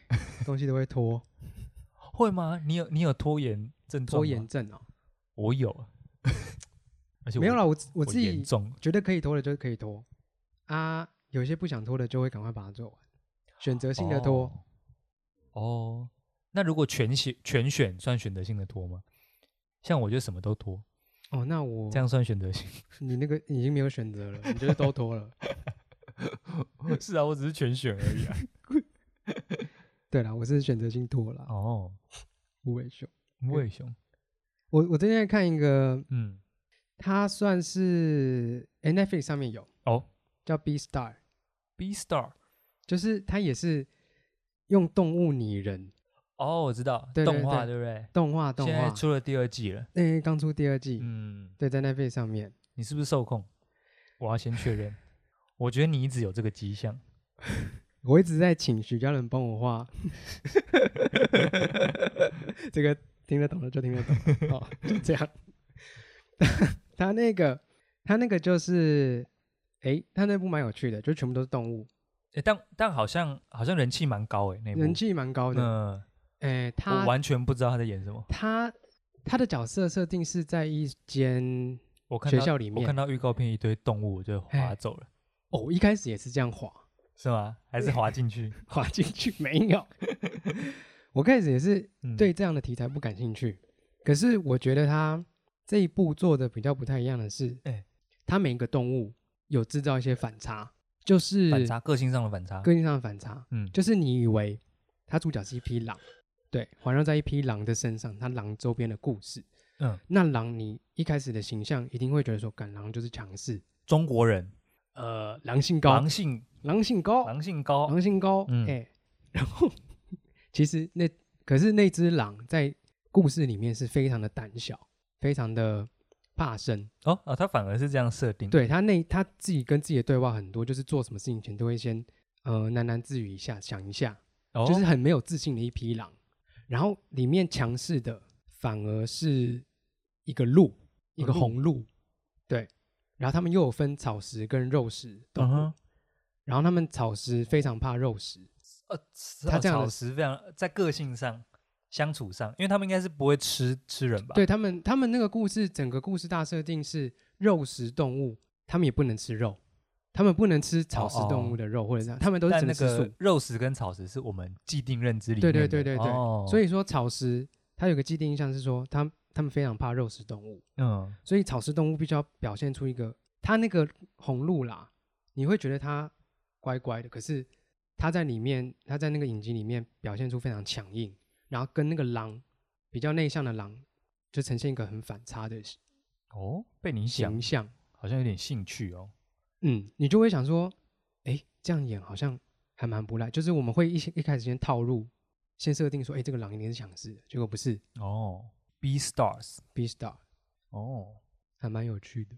S2: 东西都 会拖，
S1: 会吗？你有你有拖延症状？
S2: 拖延，症哦。
S1: 我有，啊 而且我
S2: 没有啦，，我自我
S1: 我
S2: 自
S1: 严
S2: 己
S1: 重。
S2: 觉得可以拖的就是可以拖啊，有些不想拖的就会赶快把它做完，选择性的拖。
S1: 哦。哦那如果全选全选算选择性的拖吗？像我就什么都拖，
S2: 哦，那我
S1: 这样算选择 性？
S2: 你那个已经没有 选择了，你就是都拖了。
S1: 是啊，我只是全选而已啊。
S2: 对啦，我是选择性拖了，
S1: 哦，
S2: 无尾熊。
S1: 无尾熊，
S2: 我我最近在看一个，
S1: 嗯，
S2: 它算是 n f l i 上面有
S1: 哦
S2: 叫 B Star，
S1: ，B Star，
S2: 就是它也是用动物拟人
S1: 哦，我知道，
S2: 对对
S1: 动画
S2: 对
S1: 对不对？
S2: 动画动
S1: 现在
S2: 画，
S1: 出了第二季了，
S2: 那刚出第二季，
S1: 嗯，
S2: 对，在 Netflix 上面。
S1: 你 是不是受控？我要先确认，我觉得你一直有这个迹象，
S2: 我一直在请许家人帮我 画， 这个听得懂的就听得懂，好，就这样。 他那个，他那个就是，诶，他那部蛮有趣的，就全部都是动物，
S1: 诶但但好像好像人气蛮高诶，那一部
S2: 人气蛮高的。
S1: 嗯，
S2: 诶，
S1: 我
S2: 他
S1: 完全不知道他在演什么。
S2: 他他的角色设定是在一间
S1: 我看
S2: 学
S1: 到
S2: 校里
S1: 我看
S2: 面，
S1: 到预告片一堆动物，我就划
S2: 哎
S1: 走了，
S2: 哦，一开始也是这样滑，
S1: 是吗？还是划进 去？
S2: 滑进去没有？ 我开始也是
S1: 嗯，
S2: 对这样的题材不感兴趣，可是我觉得他这一部做的比较不太一样的是，
S1: 哎
S2: 他每一个动物有制造一些反差，就是
S1: 反差，个性上的反差。
S2: 个性上的反差，
S1: 嗯
S2: 就是你以为他主角是一匹狼，对，环绕在一匹狼的身上，他狼周边的故事，
S1: 嗯，
S2: 那狼你一开始的形象一定会觉得说，赶狼就是强势，
S1: 中国人，
S2: 呃，狼性高，
S1: 狼性
S2: 狼性高，
S1: 狼性高，
S2: 狼性高，哎、
S1: 嗯
S2: 然后 其实那可是那只狼在故事里面是非常的胆小，非常的怕生，
S1: 哦哦，他反而是这样设定。，
S2: 对他那他自己跟自己的对话很多，就是做什么事情前都会先呃喃喃自语一下，想一下，
S1: 哦，
S2: 就是很没有自信的一匹狼。然后里面强势的反而是一个鹿，一个
S1: 哦鹿
S2: 红鹿，对。然后他们又有分草食跟肉食动
S1: 嗯
S2: 物，
S1: 哼，
S2: 然后他们草食非常怕肉食，
S1: 呃，
S2: 他这样的
S1: 草食非常在个性上、相处上，因为他们应该是不会吃吃人吧？
S2: 对他们，他们那个故事整个故事大设定是肉食动物，他们也不能吃肉，他们不能吃草食动物的肉或者这样，他们都是
S1: 但
S2: 只
S1: 那
S2: 能吃素
S1: 个。肉食跟草食是我们既定认知里
S2: 对
S1: 面
S2: 对
S1: 的。
S2: 对对对，
S1: 哦、
S2: 所
S1: 以
S2: 以说草食它有个既定印象是说，他他们非常怕肉食动物，
S1: 嗯，
S2: 所以草食动物必须要表现出一个，它那个红鹿啦，你会觉得它乖乖的，可是它在里面，它在那个影集里面表现出非常强硬，然后跟那个狼比较内向的狼，就呈现一个很反差的
S1: 哦，被你想
S2: 形，象。
S1: 好像有点兴趣哦。
S2: 嗯，你就会想说，哎，这样演好像还蛮不赖。就是我们会一些一开始先套路，先设定说，哎，这个狼一定是强势的，结果不是
S1: 哦，B Stars，
S2: ，B star
S1: 哦，
S2: 还蛮有趣的。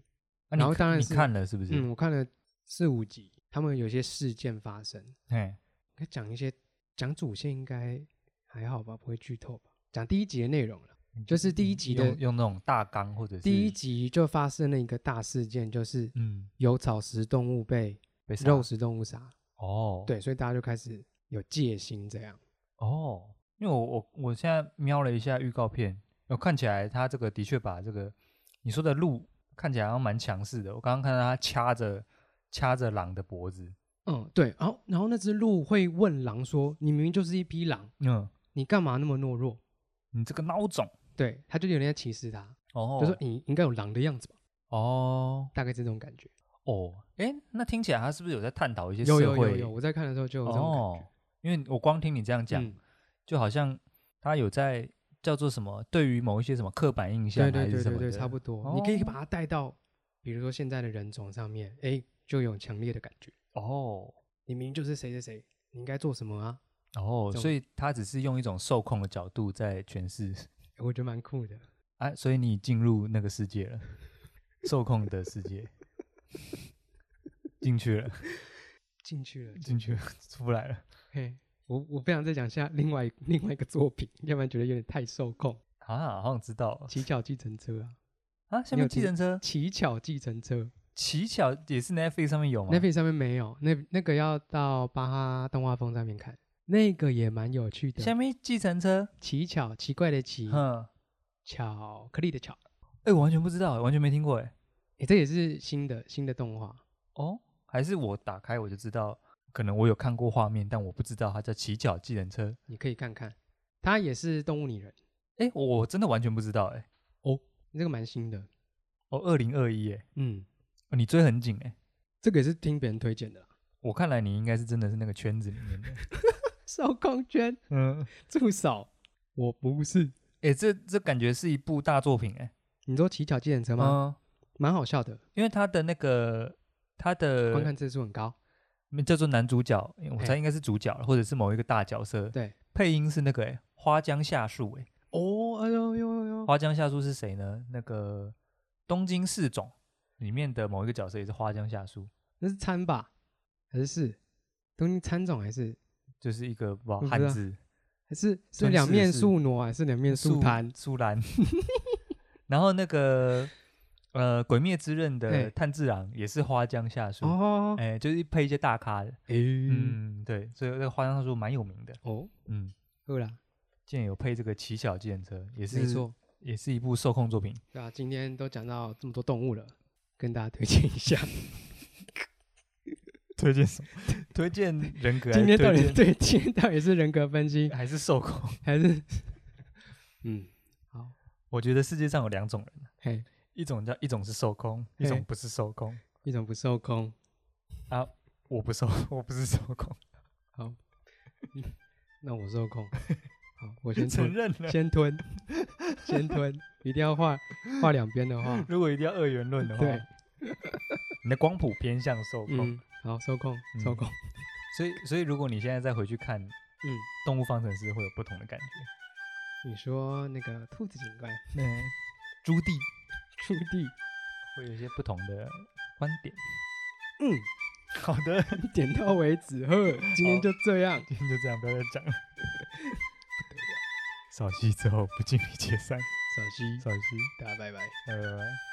S1: 啊你
S2: 然后
S1: 看
S2: 当然
S1: 你
S2: 是
S1: 看了是不是？
S2: 嗯，我看了四五集，他们有一些事件发生，
S1: 哎、
S2: 可以讲一些讲主线应该还好吧，不会剧透吧？讲第一集的内容了，就是第一集的
S1: 用用那种大纲或者是
S2: 第一，集就发生了一个大事件，就是
S1: 嗯，
S2: 有草食动物被
S1: 被杀
S2: 肉食动物杀，
S1: 哦，
S2: 对，所以大家就开始有戒心这样。
S1: 哦，因为我我我现在瞄了一下预告片，我看起来他这个的确把这个你说的鹿看起来好像蛮强势的。我刚刚看到他掐着掐着狼的脖子，
S2: 嗯，对，然后然后那只鹿会问狼说：“你明明就是一匹狼，
S1: 嗯，
S2: 你干嘛那么懦弱
S1: 你这个孬种。？”
S2: 对，他就有点在歧视他，
S1: 哦，
S2: 就说你应该有狼的样子吧，
S1: 哦
S2: 大概这种感觉。
S1: 哦，哎，那听起来他是不是有在探讨一些社
S2: 有
S1: 会？
S2: 有有有，我在看的时候就有这种
S1: 哦，因为我光听你这样
S2: 感
S1: 讲，
S2: 觉。嗯，
S1: 就好像他有在叫做什么，对于某一些什么刻板印象
S2: 对
S1: 还
S2: 对
S1: 是
S2: 对
S1: 什
S2: 对
S1: 么的，
S2: 对，差不多。你可以
S1: 哦
S2: 把它带到，比如说现在的人种上面，哎，就有强烈的感觉。
S1: 哦。
S2: 你明明就是谁谁谁，你应该做什么啊？
S1: 哦，
S2: 这
S1: 所以他只是用一种受控的角度在诠释
S2: 诶我觉得蛮酷的。
S1: 啊，所以你进入那个世界了，受控的世界， 进去了，
S2: 进去了，
S1: 进去了，出不来了。
S2: 嘿，我我不想再讲下另外另外一个作品，要不然觉得有点太受控。
S1: 啊，好想知道
S2: 乞巧计程车啊，
S1: 啊！下
S2: 你有
S1: 面计
S2: 听
S1: 程车
S2: 乞巧计程车。
S1: 乞巧也是 Netflix 上面有吗
S2: Netflix 上面没有，那那个要到巴哈动画风上面看，那个也蛮有趣
S1: 下
S2: 的。
S1: 面计程车，
S2: 奇巧，奇怪的奇，
S1: 哼，
S2: 巧克力的巧，
S1: 哎，我完全不知道，完全没听过，哎，
S2: 诶，这也是新的新的动画。
S1: 哦，还是我打开我就知道，可能我有看过画面，但我不知道它叫乞巧计程车。
S2: 你可以看看，它也是动物拟人，
S1: 哎，我我真的完全不知道，哎，
S2: 这个蛮新的。
S1: 哦，二零二一，哎，
S2: 嗯，
S1: 哦你追很紧，哎。
S2: 这个也是听别人推荐的啦。
S1: 我看来你应该是真的是那个圈子里面的。
S2: 手工圈
S1: 嗯，
S2: 助手，我不是。
S1: 哎、这这感觉是一部大作品哎、
S2: 你说乞巧计程车吗？
S1: 嗯，
S2: 蛮好笑的，
S1: 因为他的那个他
S2: 观
S1: 的
S2: 看次数很高。
S1: 叫做男主角，诶我
S2: 哎
S1: 猜应该是主角或者是某一个大角色。
S2: 对，
S1: 配音是那个哎、花江夏树哎、
S2: 哦，哎呦呦呦呦，
S1: 花江夏树是谁呢？那个东京市种里面的某一个角色也是花江夏树。
S2: 那是餐吧？还是是？东京参种还是
S1: 就是一个哇
S2: 我不知
S1: 汉
S2: 道
S1: 字
S2: 还是是
S1: 春
S2: 两
S1: 四
S2: 面
S1: 是
S2: 树挪还是两面树摊？
S1: 苏兰， 然后那个呃《鬼灭之刃》的
S2: 嘿
S1: 炭治郎也是花江夏树，
S2: 哎哦，
S1: 哎、就是配一些大咖的，
S2: 诶，
S1: 嗯，对，所以那个花江夏树蛮有名的，
S2: 哦，
S1: 嗯，
S2: 对啦，
S1: 竟然有配这个骑小计程车，也
S2: 没
S1: 是
S2: 错，
S1: 也是一部受控 作品，
S2: 对啊，今天都讲到这么多动物了，跟大家推荐 一下，
S1: 推荐什么？推荐人格还
S2: 今
S1: 是
S2: 天到
S1: 推荐？
S2: 底对，今天到底是人格 分析
S1: 还是受控？
S2: 还是，嗯，好，
S1: 我觉得世界上有两种人，
S2: 嘿，
S1: 一种叫一种是受控，一种
S2: 嘿
S1: 不是受控。
S2: 一种不受控，
S1: 我不受，我不是受控，
S2: 那我 受控，好，我先
S1: 承
S2: 吞，
S1: 认了。
S2: 先吞，先吞，一定要画画两边的话，
S1: 如果一定要二元论的话，
S2: 对，
S1: 你的光谱偏向受控，
S2: 嗯，好，受控，受
S1: 嗯
S2: 控，
S1: 所以所以如果你现在再回去看《
S2: 嗯，
S1: 动物方程式》，会有不同的感觉。
S2: 你说那个兔子警官
S1: 嗯，朱棣
S2: 朱棣，
S1: 会有一些不同的观点。
S2: 嗯。
S1: 好的，
S2: 点到为止，呵，今天
S1: 好
S2: 就这样。
S1: 今天就这样，不要再讲了。 扫息之后不敬礼解散，
S2: 小西，
S1: 扫息，呃
S2: 大家拜拜。
S1: 拜拜拜。